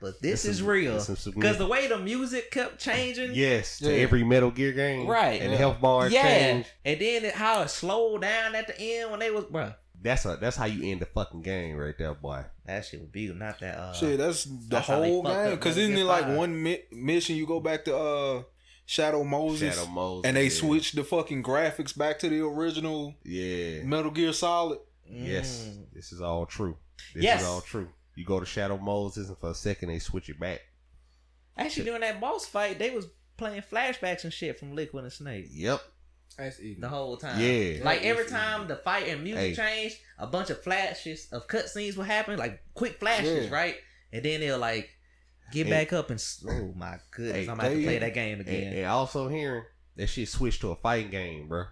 Speaker 3: but this
Speaker 1: That's
Speaker 3: is
Speaker 1: some-
Speaker 3: real.
Speaker 1: that's some
Speaker 3: Because
Speaker 1: significant-
Speaker 3: the way the music kept changing,
Speaker 1: yes, to
Speaker 2: Yeah.
Speaker 1: every Metal Gear game,
Speaker 3: Right.
Speaker 1: And
Speaker 2: Yeah.
Speaker 1: the health bar
Speaker 3: yeah,
Speaker 1: change.
Speaker 3: and then it, how it slowed down at the end when they was, bruh.
Speaker 1: That's a that's how you end the fucking game right there, boy.
Speaker 3: That shit was beautiful. Not that. Uh,
Speaker 2: Shit, that's the
Speaker 3: that's how they
Speaker 2: whole
Speaker 3: fucked
Speaker 2: game.
Speaker 3: up
Speaker 2: Because
Speaker 3: Metal
Speaker 2: isn't
Speaker 3: Gear
Speaker 2: it like
Speaker 3: Solid.
Speaker 2: one mi- mission you go back to uh Shadow Moses,
Speaker 1: Shadow Moses,
Speaker 2: and they
Speaker 1: yeah.
Speaker 2: switch the fucking graphics back to the original
Speaker 1: Yeah.
Speaker 2: Metal Gear Solid?
Speaker 1: Yes,
Speaker 3: mm.
Speaker 1: this is all true. This
Speaker 3: Yes.
Speaker 1: is all true. You go to Shadow Moses, and for a second they switch it back.
Speaker 3: Actually, during that boss fight, they was playing flashbacks and shit from Liquid and Snake
Speaker 1: Yep.
Speaker 4: That's evil.
Speaker 3: the whole time.
Speaker 1: Yeah.
Speaker 3: Like every time the fight and
Speaker 1: Hey.
Speaker 3: music changed, a bunch of flashes of cutscenes would happen, like quick flashes,
Speaker 2: Yeah.
Speaker 3: right? And then they'll like get
Speaker 1: And-
Speaker 3: back up and s- oh my goodness,
Speaker 1: Hey,
Speaker 3: I'm about to
Speaker 2: they-
Speaker 3: play that game again.
Speaker 1: And, and also hearing that shit switched to a fighting game, bro.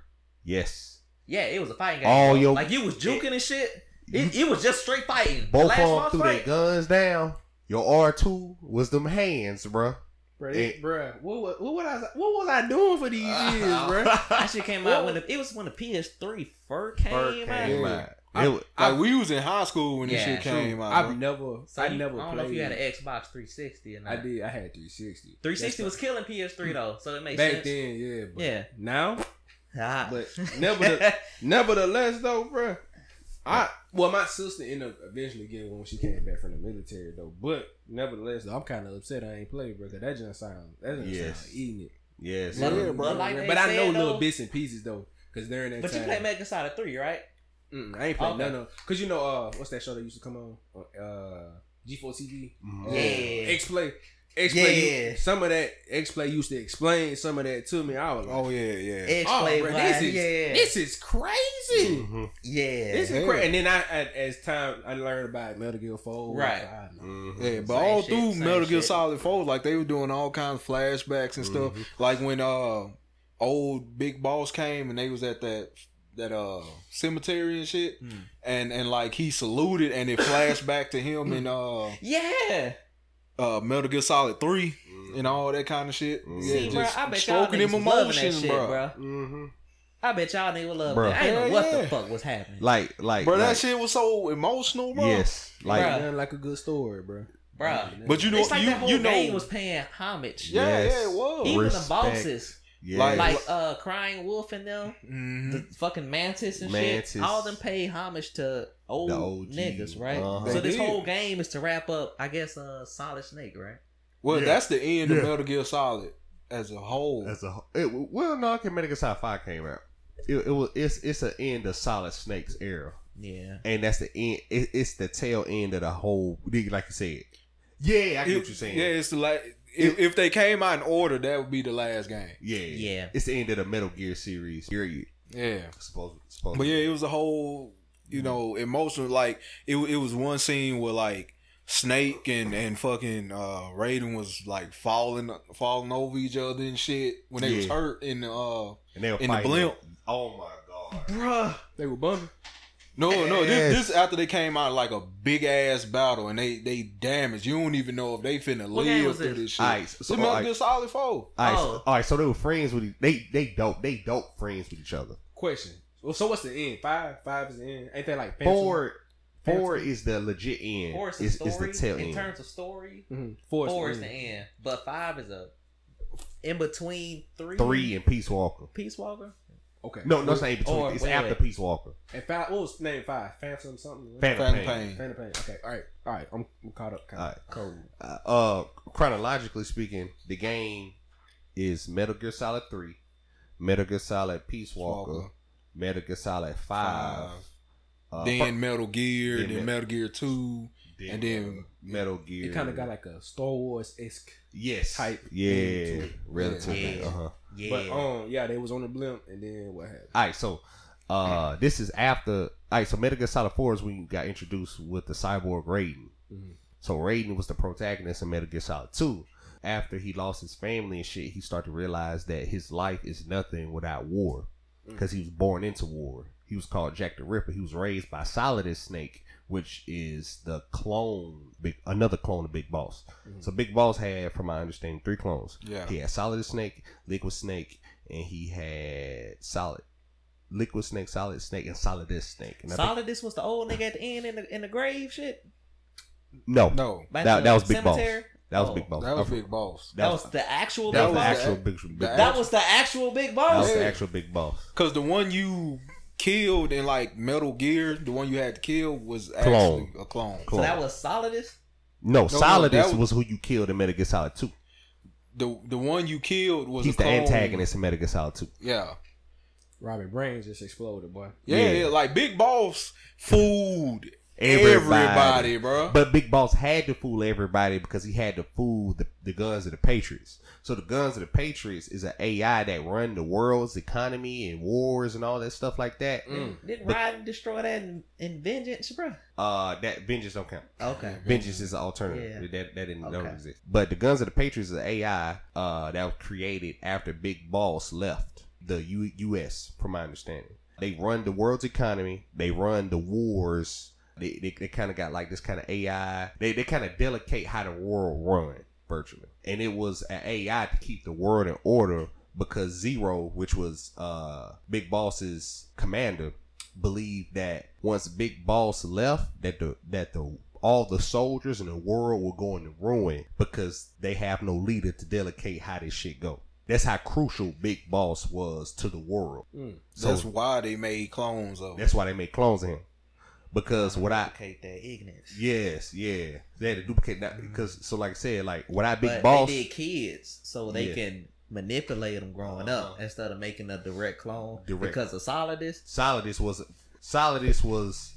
Speaker 1: Yes.
Speaker 3: yeah, it was a fighting game.
Speaker 1: All
Speaker 3: bro.
Speaker 1: your-
Speaker 3: like you was juking and shit. It, it was just straight fighting. The
Speaker 1: Both
Speaker 3: last boss
Speaker 1: of them threw their
Speaker 3: fight.
Speaker 1: guns down. Your R two was them hands, bro.
Speaker 4: Bruh,
Speaker 1: It-
Speaker 4: it- bruh, what, what, what, was I, what was I doing for these years, bruh?
Speaker 3: That shit came out when the, it was when the PS3 fur came
Speaker 1: Bird
Speaker 3: out.
Speaker 1: came
Speaker 2: Yeah.
Speaker 1: out.
Speaker 4: I-
Speaker 1: It was-
Speaker 2: Like we was in high school when this
Speaker 3: Yeah,
Speaker 2: shit
Speaker 3: true.
Speaker 2: came out.
Speaker 4: I've
Speaker 2: bro.
Speaker 4: never,
Speaker 3: So
Speaker 4: I
Speaker 3: you-
Speaker 4: never
Speaker 3: I don't
Speaker 4: played.
Speaker 3: know if you had an Xbox 360 or not.
Speaker 4: I did. I had 360.
Speaker 3: 360 was
Speaker 4: That's
Speaker 3: killing PS3 though, so it
Speaker 4: not-
Speaker 3: makes
Speaker 4: back
Speaker 3: sense.
Speaker 4: then, yeah. But
Speaker 3: Yeah.
Speaker 4: Now,
Speaker 3: Ah.
Speaker 4: but never, nevertheless, though, bruh. I well, my sister ended up eventually getting one when she came back from the military, though. But nevertheless, though, I'm kind of upset I ain't played, bruh. 'cause that just sound that just
Speaker 1: Yes.
Speaker 4: sound eating it.
Speaker 1: yes.
Speaker 3: But-
Speaker 1: bro.
Speaker 3: but like they
Speaker 4: but I
Speaker 3: said,
Speaker 4: know
Speaker 3: though-
Speaker 4: little bits and pieces though, because they're in that
Speaker 3: but you
Speaker 4: time.
Speaker 3: play Metal Gear Solid 3, right?
Speaker 4: Mm, I ain't played
Speaker 3: Okay.
Speaker 4: none of because you know uh what's that show that used to come on uh G4 TV
Speaker 1: Mhm.
Speaker 4: Uh,
Speaker 3: Yeah.
Speaker 4: X Play X Play
Speaker 3: Yeah.
Speaker 4: some of that X Play used to explain some of that to me I was like
Speaker 2: Oh yeah, yeah.
Speaker 3: Edge
Speaker 4: oh,
Speaker 3: play
Speaker 4: bruh,
Speaker 3: wise,
Speaker 4: this is
Speaker 3: yeah.
Speaker 4: this is crazy
Speaker 1: Mhm.
Speaker 3: yeah.
Speaker 4: this is
Speaker 2: Yeah.
Speaker 4: crazy and then I, I as time I learned about Metal Gear Four
Speaker 3: Right.
Speaker 4: I know.
Speaker 1: Mhm.
Speaker 2: yeah, but
Speaker 3: Same
Speaker 2: all
Speaker 3: shit,
Speaker 2: through
Speaker 3: same
Speaker 2: Metal Gear
Speaker 3: shit.
Speaker 2: Solid Four, like they were doing all kinds of flashbacks and stuff.
Speaker 1: Mhm.
Speaker 3: Mm-hmm.
Speaker 2: Like when uh old Big Boss came and they was at that that uh cemetery and shit,
Speaker 3: Mm.
Speaker 2: and and like he saluted and it flashed back to him in uh
Speaker 3: yeah.
Speaker 2: uh Metal Gear Solid Three
Speaker 1: Mhm.
Speaker 2: and all that kind of shit.
Speaker 1: Mhm.
Speaker 2: Yeah,
Speaker 3: See,
Speaker 1: just
Speaker 3: bro, I bet y'all niggas was loving that shit, bro.
Speaker 1: Mhm.
Speaker 3: I bet y'all niggas would love
Speaker 1: Bruh.
Speaker 3: that. I ain't know
Speaker 2: Hell
Speaker 3: what the
Speaker 2: yeah.
Speaker 3: fuck was happening.
Speaker 1: Like, like,
Speaker 2: Bro,
Speaker 1: like-
Speaker 2: that shit was so emotional, bro.
Speaker 1: Yes, like,
Speaker 3: Bruh.
Speaker 4: Nothing like a good story bro
Speaker 3: Bruh.
Speaker 2: But you know,
Speaker 3: it's like
Speaker 2: you,
Speaker 3: that whole
Speaker 2: you know,
Speaker 3: game was paying homage.
Speaker 2: yeah, yeah,
Speaker 1: Yes.
Speaker 2: it was.
Speaker 3: Even the
Speaker 1: Respect.
Speaker 3: bosses,
Speaker 1: yeah.
Speaker 2: Like-
Speaker 3: like uh, Crying Wolf and them,
Speaker 1: Mm-hmm.
Speaker 2: Mhm.
Speaker 3: the fucking Mantis and
Speaker 1: Mantis.
Speaker 3: shit, all them pay homage to old
Speaker 1: The OG,
Speaker 3: niggas, right?
Speaker 1: uh-huh.
Speaker 3: So
Speaker 2: They
Speaker 3: this
Speaker 2: did.
Speaker 3: whole game is to wrap up, I guess, uh, Solid Snake, right?
Speaker 2: Well,
Speaker 1: Yeah.
Speaker 2: that's the end
Speaker 1: Yeah.
Speaker 2: of Metal Gear Solid as a whole.
Speaker 3: uh,
Speaker 1: As a wh- it, well, no, Kinetic Sci Five came out. It, it was it's it's an end of Solid Snake's era,
Speaker 3: Yeah.
Speaker 1: and that's the end. It, it's the tail end of the whole. Like you said, yeah, I get
Speaker 2: It-
Speaker 1: what you're saying.
Speaker 2: Yeah,
Speaker 1: Yeah,
Speaker 2: it's the last. If, if they came out in order, that would be the last game.
Speaker 1: yeah,
Speaker 3: Yeah.
Speaker 1: It's the end of the Metal Gear series. Period.
Speaker 2: Yeah.
Speaker 1: Supposed, supposed
Speaker 2: But yeah, it was a whole, you know, emotional. Like it, it was one scene where like Snake and and fucking uh, Raiden was like falling falling over each other and shit when they was
Speaker 1: Yeah.
Speaker 2: hurt and uh,
Speaker 1: and they were
Speaker 2: in the
Speaker 1: fighting.
Speaker 2: blimp.
Speaker 1: Oh my god!
Speaker 2: bruh.
Speaker 4: They were bumming.
Speaker 2: No, no,
Speaker 1: Yes.
Speaker 2: this, this after they came out like a big ass battle and they they damaged. You don't even know if they finna
Speaker 3: What game
Speaker 2: live
Speaker 3: was
Speaker 2: through
Speaker 3: this?
Speaker 2: this shit.
Speaker 1: Alright, so- so-
Speaker 2: it must
Speaker 1: alright.
Speaker 2: be a solid four.
Speaker 1: All right,
Speaker 3: Oh.
Speaker 1: so, all right, so they were friends with e, they they dope they dope friends with each other.
Speaker 4: Question. Well, so what's the end? Five. Five is the end. Ain't that like Phantom?
Speaker 1: Four four
Speaker 4: Phantom.
Speaker 1: is the legit end.
Speaker 3: Four is the
Speaker 1: It's, it's
Speaker 3: story.
Speaker 1: the tail
Speaker 3: in
Speaker 1: end.
Speaker 3: terms of story,
Speaker 4: Mhm. Four,
Speaker 3: four
Speaker 4: is
Speaker 3: is the end, but five is a in between three.
Speaker 1: Three and Peace Walker.
Speaker 3: Peace Walker.
Speaker 4: Okay.
Speaker 1: No, no, it's not in between.
Speaker 4: Or-
Speaker 1: it's
Speaker 3: wait,
Speaker 1: after
Speaker 3: wait.
Speaker 1: Peace Walker.
Speaker 4: And five. What was the name? Five. Phantom something.
Speaker 1: Phantom,
Speaker 2: Phantom
Speaker 1: Pain.
Speaker 2: Pain.
Speaker 4: Phantom Pain. Okay. All right. All right. I'm, I'm caught up. Kind
Speaker 1: All right.
Speaker 4: of cold.
Speaker 1: Uh, uh, chronologically speaking, the game is Metal Gear Solid Three, Metal Gear Solid Peace Walker,
Speaker 2: Walker.
Speaker 1: Metal Gear Solid Five,
Speaker 2: Five.
Speaker 1: uh,
Speaker 2: then Metal Gear,
Speaker 1: then
Speaker 2: then,
Speaker 1: Met-
Speaker 2: Metal Gear Two,
Speaker 1: fir-
Speaker 2: and then
Speaker 1: Metal Gear.
Speaker 4: It kind of got like a Star Wars esque.
Speaker 1: yes
Speaker 4: type thing
Speaker 1: Yeah,
Speaker 4: to it.
Speaker 1: relatively.
Speaker 3: Yeah.
Speaker 1: Uh huh.
Speaker 3: Yeah.
Speaker 4: But um, yeah, they was on the blimp, and then what happened?
Speaker 1: All right, so uh, this is after. All right, so Metal Gear Solid Four is when you got introduced with the cyborg Raiden.
Speaker 4: Mhm.
Speaker 1: So Raiden was the protagonist in Metal Gear Solid Two. After he lost his family and shit, he started to realize that his life is nothing without war, because he was born into war. He was called Jack the Ripper. He was raised by Solidus Snake, which is the clone, big, another clone of Big Boss. So Big Boss had, from my understanding, three clones.
Speaker 2: Yeah.
Speaker 1: he had Solidus Snake, Liquid Snake, and he had Solid. Liquid Snake, Solid Snake, and Solidus Snake. And I think-
Speaker 3: Solid. This was the old nigga at the end in the in the grave shit.
Speaker 1: no, no,
Speaker 2: No,
Speaker 3: Back
Speaker 1: That-
Speaker 3: in
Speaker 1: that
Speaker 3: the
Speaker 1: was Big Boss.
Speaker 3: cemetery?
Speaker 1: that was
Speaker 3: Oh,
Speaker 1: Big Boss.
Speaker 2: that was
Speaker 1: I-
Speaker 2: Big Boss.
Speaker 3: That was the actual.
Speaker 1: That
Speaker 3: Big
Speaker 1: was the
Speaker 3: Boss?
Speaker 1: actual big, big
Speaker 2: That
Speaker 1: boss.
Speaker 3: That was the actual big
Speaker 1: That
Speaker 3: boss.
Speaker 1: was the
Speaker 2: Yeah.
Speaker 1: actual big boss.
Speaker 2: Cause the one you killed in like Metal Gear, the one you had to kill was actually
Speaker 1: Clone.
Speaker 2: a clone.
Speaker 1: Clone.
Speaker 3: so that was Solidus.
Speaker 1: No,
Speaker 2: no,
Speaker 1: Solidus
Speaker 2: that
Speaker 1: was,
Speaker 2: was-
Speaker 1: who you killed in Metal Gear Solid 2.
Speaker 2: The the one you killed was
Speaker 1: He's
Speaker 2: a
Speaker 1: the
Speaker 2: clone.
Speaker 1: antagonist in Metal Gear Solid 2.
Speaker 2: Yeah.
Speaker 4: Robin Brain just exploded, boy.
Speaker 2: yeah,
Speaker 1: Yeah.
Speaker 2: yeah, Like Big Boss fooled
Speaker 1: Everybody.
Speaker 2: everybody, bro.
Speaker 1: But Big Boss had to fool everybody because he had to fool the, the guns of the Patriots. So the guns of the Patriots is an AI that run the world's economy and wars and all that stuff like that.
Speaker 2: Mm.
Speaker 3: Didn't
Speaker 1: But-
Speaker 3: Rod destroy that in, in Vengeance, bro?
Speaker 1: Uh, that vengeance don't count.
Speaker 3: Okay.
Speaker 1: Vengeance is an alternative.
Speaker 3: Yeah.
Speaker 1: That that didn't don't
Speaker 3: Okay.
Speaker 1: exist. But the Guns of the Patriots is an AI uh, that was created after Big Boss left the U- U.S. From my understanding, they run the world's economy. They run the wars. They they, they kind of got like this kind of AI. They they kind of delegate how the world run virtually, and it was an AI to keep the world in order because Zero, which was uh Big Boss's commander, believed that once Big Boss left, that the that the all the soldiers in the world were going to ruin because they have no leader to delegate how this shit go. That's how crucial Big Boss was to the world.
Speaker 3: Hmm.
Speaker 1: So
Speaker 2: That's
Speaker 1: that's,
Speaker 2: why they made clones of. him.
Speaker 1: why they made clones of him. Because what I
Speaker 3: Duplicate that ignorance.
Speaker 1: yes yeah they had to duplicate that because so like I said like what I Big
Speaker 3: but
Speaker 1: Boss
Speaker 3: they did kids, so they
Speaker 1: Yeah.
Speaker 3: can manipulate them growing up
Speaker 1: Uh-huh.
Speaker 3: instead of making a direct clone.
Speaker 1: Direct.
Speaker 3: Because of Solidus,
Speaker 1: Solidus was Solidus was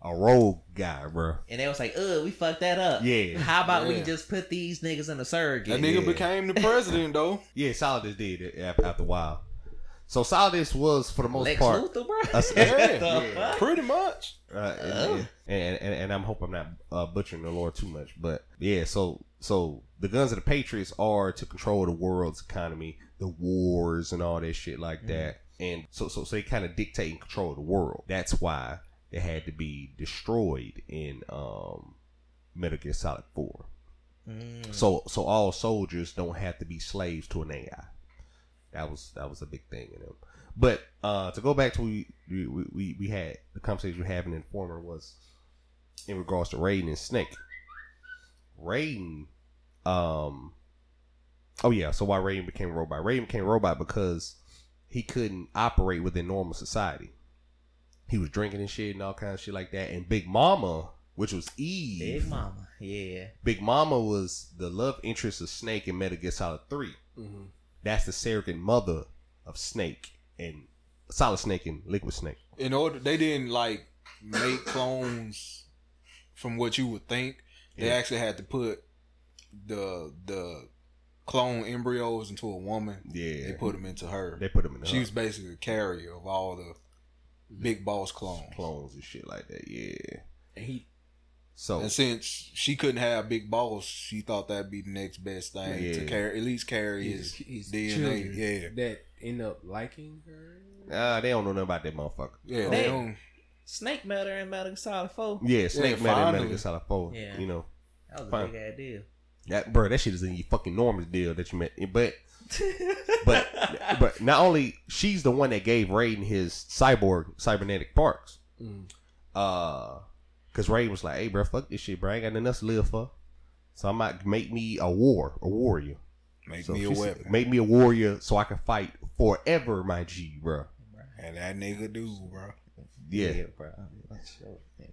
Speaker 1: a rogue guy, bro.
Speaker 3: and they was like, "Ugh, we fucked that up."
Speaker 1: Yeah.
Speaker 3: How about we
Speaker 2: Yeah.
Speaker 3: just put these niggas in a
Speaker 2: That
Speaker 3: surrogate?
Speaker 2: nigga
Speaker 1: Yeah.
Speaker 2: became the president though.
Speaker 1: Yeah, Solidus did it after, after a while. So Solidus was for the most
Speaker 3: Lex
Speaker 1: part,
Speaker 3: Luthor, bro.
Speaker 1: Us-
Speaker 3: What the
Speaker 1: Yeah.
Speaker 3: fuck?
Speaker 2: Pretty much.
Speaker 1: uh,
Speaker 3: Oh.
Speaker 1: and, and, and and I'm hope I'm not uh, butchering the lore too much, but yeah. So so the guns of the Patriots are to control the world's economy, the wars, and all that shit like
Speaker 3: Mm-hmm.
Speaker 1: that. And so so so they kind of dictate and control the world. That's why they had to be destroyed in um, Metal Gear Solid Four.
Speaker 3: Mm.
Speaker 1: So so all soldiers don't have to be slaves to an AI. That was that was a big thing in them. But uh, to go back to we we, we we had the conversation we had in Informer was in regards to Raiden and Snake. Raiden, um, oh yeah, so why Raiden became a robot? Raiden became a robot because he couldn't operate within normal society. He was drinking and shit and all kinds of shit like that. And Big Mama, which was Eve,
Speaker 3: Big Mama, yeah.
Speaker 1: Big Mama was the love interest of Snake in Metal Gear Solid 3.
Speaker 4: Mm-hmm.
Speaker 1: That's the surrogate mother of Snake and Solid Snake and Liquid Snake.
Speaker 2: in order they didn't like make clones from what you would think. They
Speaker 1: Yeah.
Speaker 2: actually had to put the the clone embryos into a woman.
Speaker 1: Yeah,
Speaker 2: They put them into her.
Speaker 1: they put him in the
Speaker 2: She was basically a carrier of all the big boss clones.
Speaker 1: clones and shit like that. Yeah,
Speaker 4: And he
Speaker 1: so
Speaker 2: And since she couldn't have big boss, she thought that'd be the next best thing to
Speaker 1: Yeah.
Speaker 2: carry, at least carry
Speaker 4: his,
Speaker 2: his
Speaker 4: his
Speaker 2: DNA.
Speaker 4: children
Speaker 2: Yeah,
Speaker 4: that end up liking her.
Speaker 1: uh, they don't know nothing about that motherfucker.
Speaker 2: yeah. They
Speaker 3: They-
Speaker 2: don't,
Speaker 3: Snake Matter and Metal Solid Four.
Speaker 1: Yeah, Snake Man and
Speaker 2: finally.
Speaker 1: Metal Gear Solid Four.
Speaker 3: Yeah.
Speaker 1: You know
Speaker 3: That was a
Speaker 1: Fine.
Speaker 3: big idea.
Speaker 1: that, bro. That shit is in your fucking Norman's deal that you met. But but but not only she's the one that gave Raiden his cyborg cybernetic parts.
Speaker 4: Mm.
Speaker 1: uh, cause Ray was like, "Hey, bro, fuck this shit, bro. I ain't got nothing else to live for. So I might make me a war, a warrior.
Speaker 2: make
Speaker 1: So
Speaker 2: me a
Speaker 1: she said,
Speaker 2: weapon.
Speaker 1: Make me a warrior, so I can fight forever, my G, bro.
Speaker 2: and that nigga do, bro.
Speaker 1: Yeah,
Speaker 3: bro.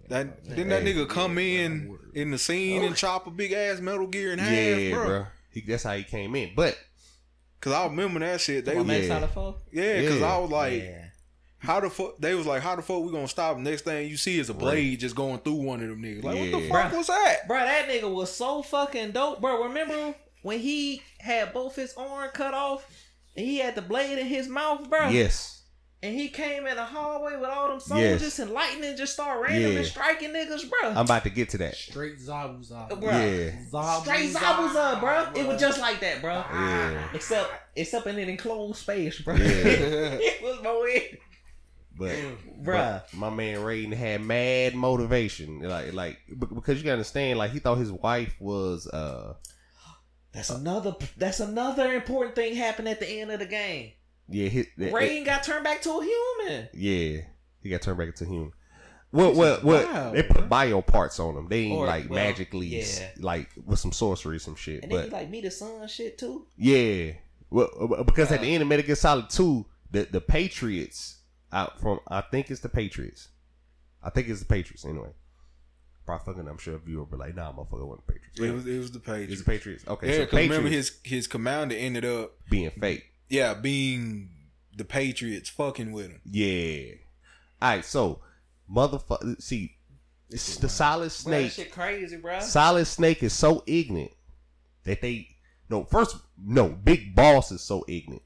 Speaker 2: That didn't that
Speaker 1: Hey.
Speaker 2: nigga come in in the scene and chop a big ass Metal Gear in half,
Speaker 1: yeah,
Speaker 2: bro.
Speaker 1: bro. He, that's how he came in. But
Speaker 2: Cause I remember that shit. They
Speaker 3: They
Speaker 2: was-
Speaker 1: man.
Speaker 3: Metal
Speaker 1: yeah.
Speaker 3: Solid Four.
Speaker 2: yeah, cause
Speaker 1: Yeah.
Speaker 2: I was like,
Speaker 3: yeah.
Speaker 2: how the fuck? They was like, how the fuck we gonna stop? 'em? Next thing you see is a blade just going through one of them niggas. Like, what the
Speaker 1: Yeah.
Speaker 2: fuck
Speaker 3: Bruh.
Speaker 2: was that?
Speaker 3: Bro, that nigga was so fucking dope, bro. Remember when he had both his arm cut off and he had the blade in his mouth, bro?
Speaker 1: yes,
Speaker 3: And he came in the hallway with all them soldiers
Speaker 1: Yes.
Speaker 3: and lightning just start randomly
Speaker 1: Yeah.
Speaker 3: striking niggas, bro.
Speaker 1: I'm about to get to that.
Speaker 4: Straight Zabu
Speaker 2: Uh,
Speaker 3: Bruh.
Speaker 4: Zabu.
Speaker 1: Yeah,
Speaker 4: Zabu
Speaker 3: Straight zombies up, bro. It was just like that, bro.
Speaker 1: yeah.
Speaker 3: Except, except in an enclosed space, bro.
Speaker 1: Yeah.
Speaker 3: it was no way,
Speaker 1: But
Speaker 3: bro.
Speaker 1: But my man Raiden had mad motivation, like like be- because you gotta understand, like he thought his wife was uh
Speaker 3: That's another. That's another important thing happened at the end of the game.
Speaker 1: yeah his,
Speaker 3: Raiden got turned back to a human.
Speaker 1: Yeah, he got turned back into human. Well, well, well.
Speaker 4: wild,
Speaker 1: they put bio parts on him. They ain't
Speaker 3: Or-
Speaker 1: like
Speaker 3: well,
Speaker 1: magically, s-
Speaker 3: yeah.
Speaker 1: like with some sorcery, some shit.
Speaker 3: And then
Speaker 1: but
Speaker 3: he like meet his son, shit too.
Speaker 1: yeah, well, uh, because at the end of Metal Gear Solid Two, the the Patriots out from I think it's the Patriots. I think it's the Patriots anyway. Probably fucking, I'm sure a viewer be like, nah, motherfucker, it wasn't the Patriots.
Speaker 2: It was it was the
Speaker 1: It's
Speaker 2: page.
Speaker 1: the Patriots. Okay,
Speaker 2: Yeah,
Speaker 1: so
Speaker 2: cause remember
Speaker 1: Patriots
Speaker 2: his his commander ended up
Speaker 1: being fake.
Speaker 2: yeah being the Patriots fucking with him.
Speaker 1: Yeah. All right, so motherfucker, see, the Solid
Speaker 3: Bro, that
Speaker 1: Snake.
Speaker 3: shit crazy, bro.
Speaker 1: Solid Snake is so ignorant that they no first no Big Boss is so ignorant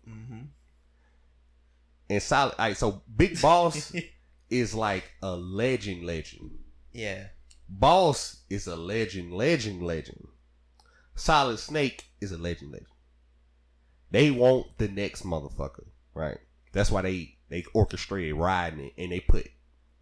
Speaker 1: and Solid. All right, so Big Boss is like a legend, legend.
Speaker 3: Yeah,
Speaker 1: Boss is a legend, legend, legend. Solid Snake is a legend, legend. They want the next motherfucker, right? That's why they they orchestrated riding it and they put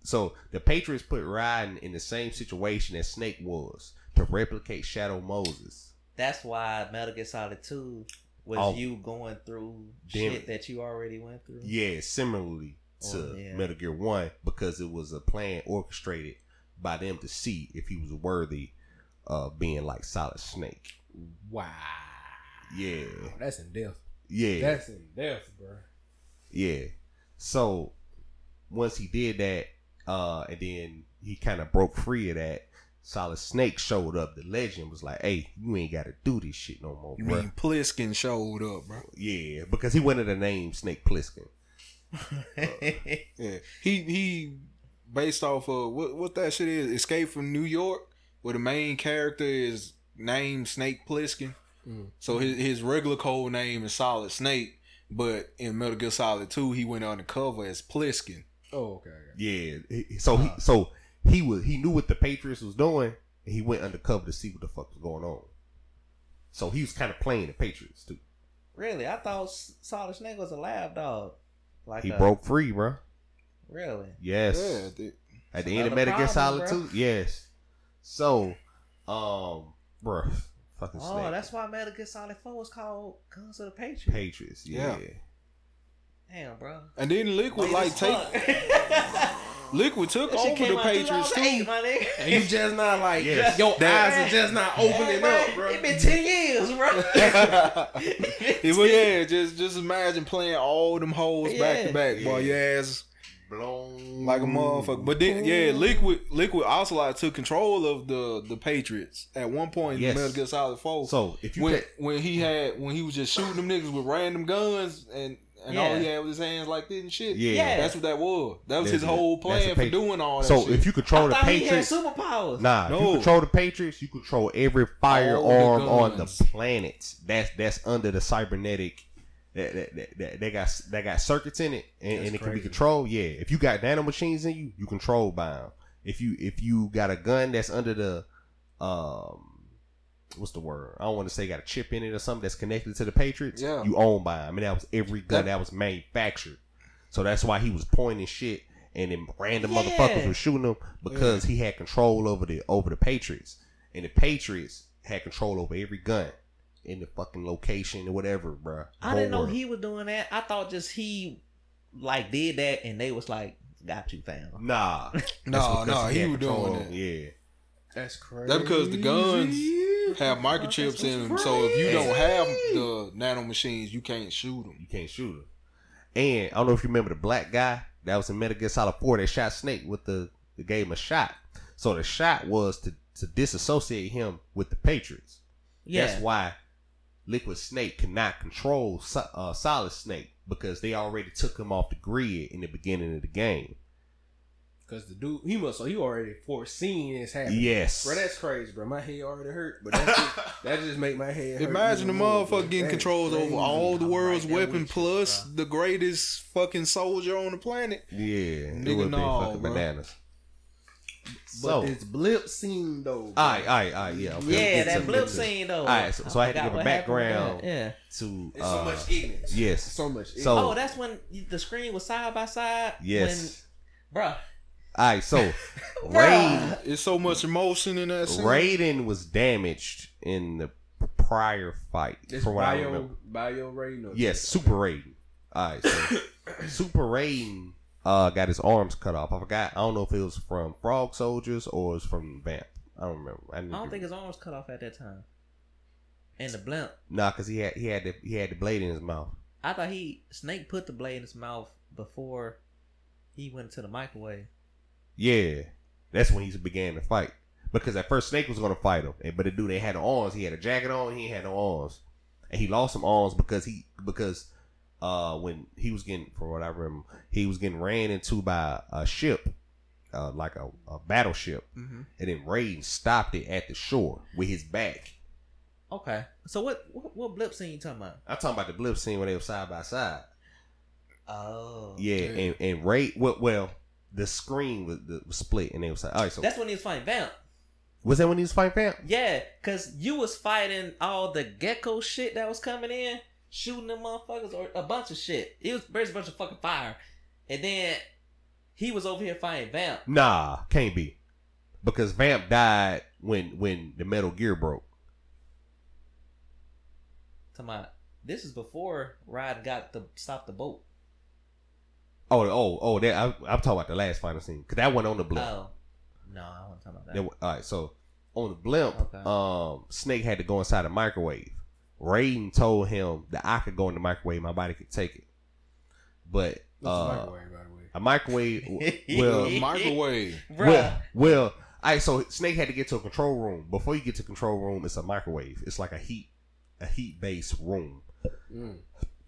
Speaker 1: so the Patriots put riding in the same situation that Snake was to replicate Shadow Moses.
Speaker 3: that's why Metal Gear Solid Two was
Speaker 1: Oh.
Speaker 3: you going through
Speaker 1: Damn
Speaker 3: shit
Speaker 1: it.
Speaker 3: that you already went through.
Speaker 1: Yeah, similarly to
Speaker 3: Oh, yeah.
Speaker 1: Metal Gear One because it was a plan orchestrated by them to see if he was worthy of being like Solid Snake.
Speaker 4: Wow.
Speaker 1: Yeah,
Speaker 4: That's in depth.
Speaker 1: yeah,
Speaker 4: That's in depth, bro.
Speaker 1: yeah. So once he did that, uh, and then he kind of broke free of that. Solid Snake showed up. The legend was like, "Hey, you ain't got to do this shit no more,
Speaker 2: You
Speaker 1: bro."
Speaker 2: mean Pliskin showed up, bro?
Speaker 1: Yeah, because he went under the name Snake Plissken.
Speaker 2: Yeah, he he based off of what what that shit is. Escape from New York, where the main character is named Snake Plissken.
Speaker 4: Mm.
Speaker 2: So his his regular code name is Solid Snake, but in Metal Gear Solid Two, he went undercover as Pliskin.
Speaker 4: Oh, okay. okay.
Speaker 1: Yeah. he- So he so he was he knew what the Patriots was doing, and he went undercover to see what the fuck was going on. So he was kind of playing the Patriots too.
Speaker 3: really, I thought S- Solid Snake was a lab dog. Like
Speaker 1: He
Speaker 3: a-
Speaker 1: broke free, bro.
Speaker 3: Really,
Speaker 1: Yes.
Speaker 2: Yeah, th-
Speaker 1: At the end of
Speaker 3: another
Speaker 1: Metal Gear
Speaker 3: problem,
Speaker 1: Solid Two. Yes. So, um, bruh, fucking
Speaker 3: oh,
Speaker 1: snake.
Speaker 3: that's why Metal Gear Solid Four was called Guns of the Patriots.
Speaker 1: Patriots. Yeah.
Speaker 2: Yeah.
Speaker 3: Damn, bro.
Speaker 2: and then Liquid like take Liquid took
Speaker 3: That shit
Speaker 2: over
Speaker 3: came
Speaker 2: the
Speaker 3: out
Speaker 2: Patriots
Speaker 3: 2008,
Speaker 2: too.
Speaker 3: my nigga.
Speaker 4: And you just not like
Speaker 1: Yes.
Speaker 4: your
Speaker 2: That-
Speaker 4: eyes are just not opening
Speaker 3: Hey, bro,
Speaker 4: up, bro.
Speaker 3: It been ten years, bro.
Speaker 2: Yeah, well, yeah, just just imagine playing all them holes back
Speaker 3: Yeah.
Speaker 2: to back, boy.
Speaker 1: Yeah.
Speaker 2: Your ass
Speaker 1: Blown
Speaker 2: like a motherfucker. But then, yeah,
Speaker 4: Mm.
Speaker 2: Liquid Liquid also like took control of the the Patriots at one point.
Speaker 1: Yes.
Speaker 2: in Metal Gear Solid Four.
Speaker 1: So if you
Speaker 2: when
Speaker 1: ca-
Speaker 2: when he had when he was just shooting them niggas with random guns and and
Speaker 3: Yeah.
Speaker 2: all he had was his hands like this and shit.
Speaker 1: Yeah.
Speaker 3: Yeah.
Speaker 2: that's what that was. That was
Speaker 1: That's
Speaker 2: his
Speaker 1: it.
Speaker 2: whole
Speaker 1: That's
Speaker 2: plan
Speaker 1: a
Speaker 2: for
Speaker 1: patri-
Speaker 2: doing all that.
Speaker 1: So
Speaker 2: shit.
Speaker 1: if you control
Speaker 3: I
Speaker 1: the
Speaker 3: thought he had
Speaker 1: Patriots,
Speaker 3: superpowers.
Speaker 1: nah, if
Speaker 2: No.
Speaker 1: you control the Patriots, you control every firearm
Speaker 2: the
Speaker 1: on the
Speaker 2: guns.
Speaker 1: planet. That's that's under the cybernetic. That, that, that, that they got that got circuits in it, and,
Speaker 4: That's
Speaker 1: and it can be
Speaker 4: crazy.
Speaker 1: controlled. Yeah, if you got nano machines in you, you controlled by them. If you if you got a gun that's under the um what's the word? I don't want to say got a chip in it or something that's connected to the Patriots.
Speaker 2: Yeah.
Speaker 1: You own by him. And that was every gun that,
Speaker 2: That-
Speaker 1: was manufactured. So that's why he was pointing shit and then random
Speaker 3: Yeah.
Speaker 1: motherfuckers were shooting him because he had control over the over the Patriots. And the Patriots had control over every gun in the fucking location or whatever, bruh.
Speaker 3: I didn't know he was doing that. I thought just he like did that, and they was like, "Got you, fam."
Speaker 1: Nah.
Speaker 2: no,
Speaker 1: That's because
Speaker 2: no, he
Speaker 1: had
Speaker 2: was
Speaker 1: control
Speaker 2: doing
Speaker 1: over
Speaker 2: that.
Speaker 1: him. Yeah.
Speaker 4: That's crazy.
Speaker 2: That because the guns have microchips in them. So if you don't have the nano machines, you can't shoot them.
Speaker 1: You can't shoot him. And I don't know if you remember the black guy that was in Metal Gear Solid 4 that shot Snake with the, the gave him a shot. So the shot was to, to disassociate him with the Patriots.
Speaker 3: Yeah,
Speaker 1: That's why Liquid Snake cannot control So- uh, Solid Snake because they already took him off the grid in the beginning of the game.
Speaker 4: Because the dude, he must, so he already foreseen this happening.
Speaker 1: Yes.
Speaker 4: Bro, that's crazy, bro. My head already hurt, but that just, that just make my head. hurt
Speaker 2: Imagine the
Speaker 4: even more, bro.
Speaker 2: motherfucker getting
Speaker 4: That's
Speaker 2: controls
Speaker 4: crazy.
Speaker 2: over all the
Speaker 4: I'm
Speaker 2: world's
Speaker 4: right there
Speaker 2: weapon
Speaker 4: with you,
Speaker 2: plus
Speaker 4: bro.
Speaker 2: the greatest fucking soldier on the planet.
Speaker 1: yeah.
Speaker 2: Nigga,
Speaker 1: it would
Speaker 2: no,
Speaker 1: be fucking
Speaker 2: bro.
Speaker 1: bananas.
Speaker 4: But
Speaker 1: So,
Speaker 4: this blip scene though. bro.
Speaker 1: all right, all right, all right, yeah. okay,
Speaker 3: yeah,
Speaker 1: get to-
Speaker 3: that
Speaker 1: get
Speaker 3: blip
Speaker 1: to-
Speaker 3: scene though.
Speaker 1: Alright, so- so I had to
Speaker 3: forgot
Speaker 1: give a
Speaker 3: what happened with
Speaker 1: background.
Speaker 3: that. Yeah.
Speaker 1: To,
Speaker 4: It's so
Speaker 1: uh,
Speaker 4: much ignorance.
Speaker 1: yes.
Speaker 4: So much. Ignorance.
Speaker 1: So-
Speaker 3: Oh, that's when the screen was side by side.
Speaker 1: yes.
Speaker 3: When, bruh.
Speaker 1: All right, so Raid
Speaker 3: Bruh.
Speaker 2: It's so much emotion in that scene.
Speaker 1: Raiden was damaged in the prior fight,
Speaker 4: It's
Speaker 1: from what I
Speaker 4: bio,
Speaker 1: remember.
Speaker 4: bio Raiden. or-
Speaker 1: Yes, Super Raiden. All right, so Super Raiden uh, got his arms cut off. I forgot. I don't know if it was from Frog Soldiers or it was from Vamp. I don't remember. I,
Speaker 3: I don't think his arm was cut off at that time. And the blimp.
Speaker 1: Nah, cause he had he had the he had the blade in his mouth.
Speaker 3: I thought he Snake put the blade in his mouth before he went to the microwave.
Speaker 1: Yeah, that's when he began to fight. Because at first Snake was gonna fight him, and- but the dude they had no arms. He had a jacket on. He had no arms, and he lost some arms because he because uh when he was getting from what I remember he was getting ran into by a ship, uh like a, a battleship,
Speaker 2: Mhm.
Speaker 1: and then Raiden stopped it at the shore with his back.
Speaker 3: Okay. So what what, what blip scene you talking about?
Speaker 1: I'm talking about the blip scene where they were side by side.
Speaker 3: Oh.
Speaker 1: Yeah,
Speaker 2: Okay.
Speaker 1: and and Ray well well the screen was, the, was split, and they was like, all right, so
Speaker 3: That's when he was fighting Vamp.
Speaker 1: was that when he was fighting Vamp?
Speaker 3: Yeah, cause you was fighting all the gecko shit that was coming in, shooting them motherfuckers or a bunch of shit. It was there's a bunch of fucking fire, and then he was over here fighting Vamp.
Speaker 1: Nah, can't be. Because Vamp died when when the Metal Gear broke.
Speaker 3: To my, this is before Rod got to stop the boat.
Speaker 1: Oh, oh, oh! That I, I'm talking about the last final scene because that one on the blimp.
Speaker 3: Oh, no, I want to talk about
Speaker 1: That
Speaker 3: that.
Speaker 1: one- all right, so on the blimp,
Speaker 3: Okay.
Speaker 1: um, Snake had to go inside the microwave. Raiden told him that I could go in the microwave, my body could take it. But
Speaker 4: What's the
Speaker 1: uh,
Speaker 4: microwave, by the way?
Speaker 1: a microwave, well,
Speaker 2: The microwave.
Speaker 3: Bruh.
Speaker 1: well, well. All right, so Snake had to get to a control room. Before you get to control room, it's a microwave. It's like a heat, a heat based room.
Speaker 4: Mm.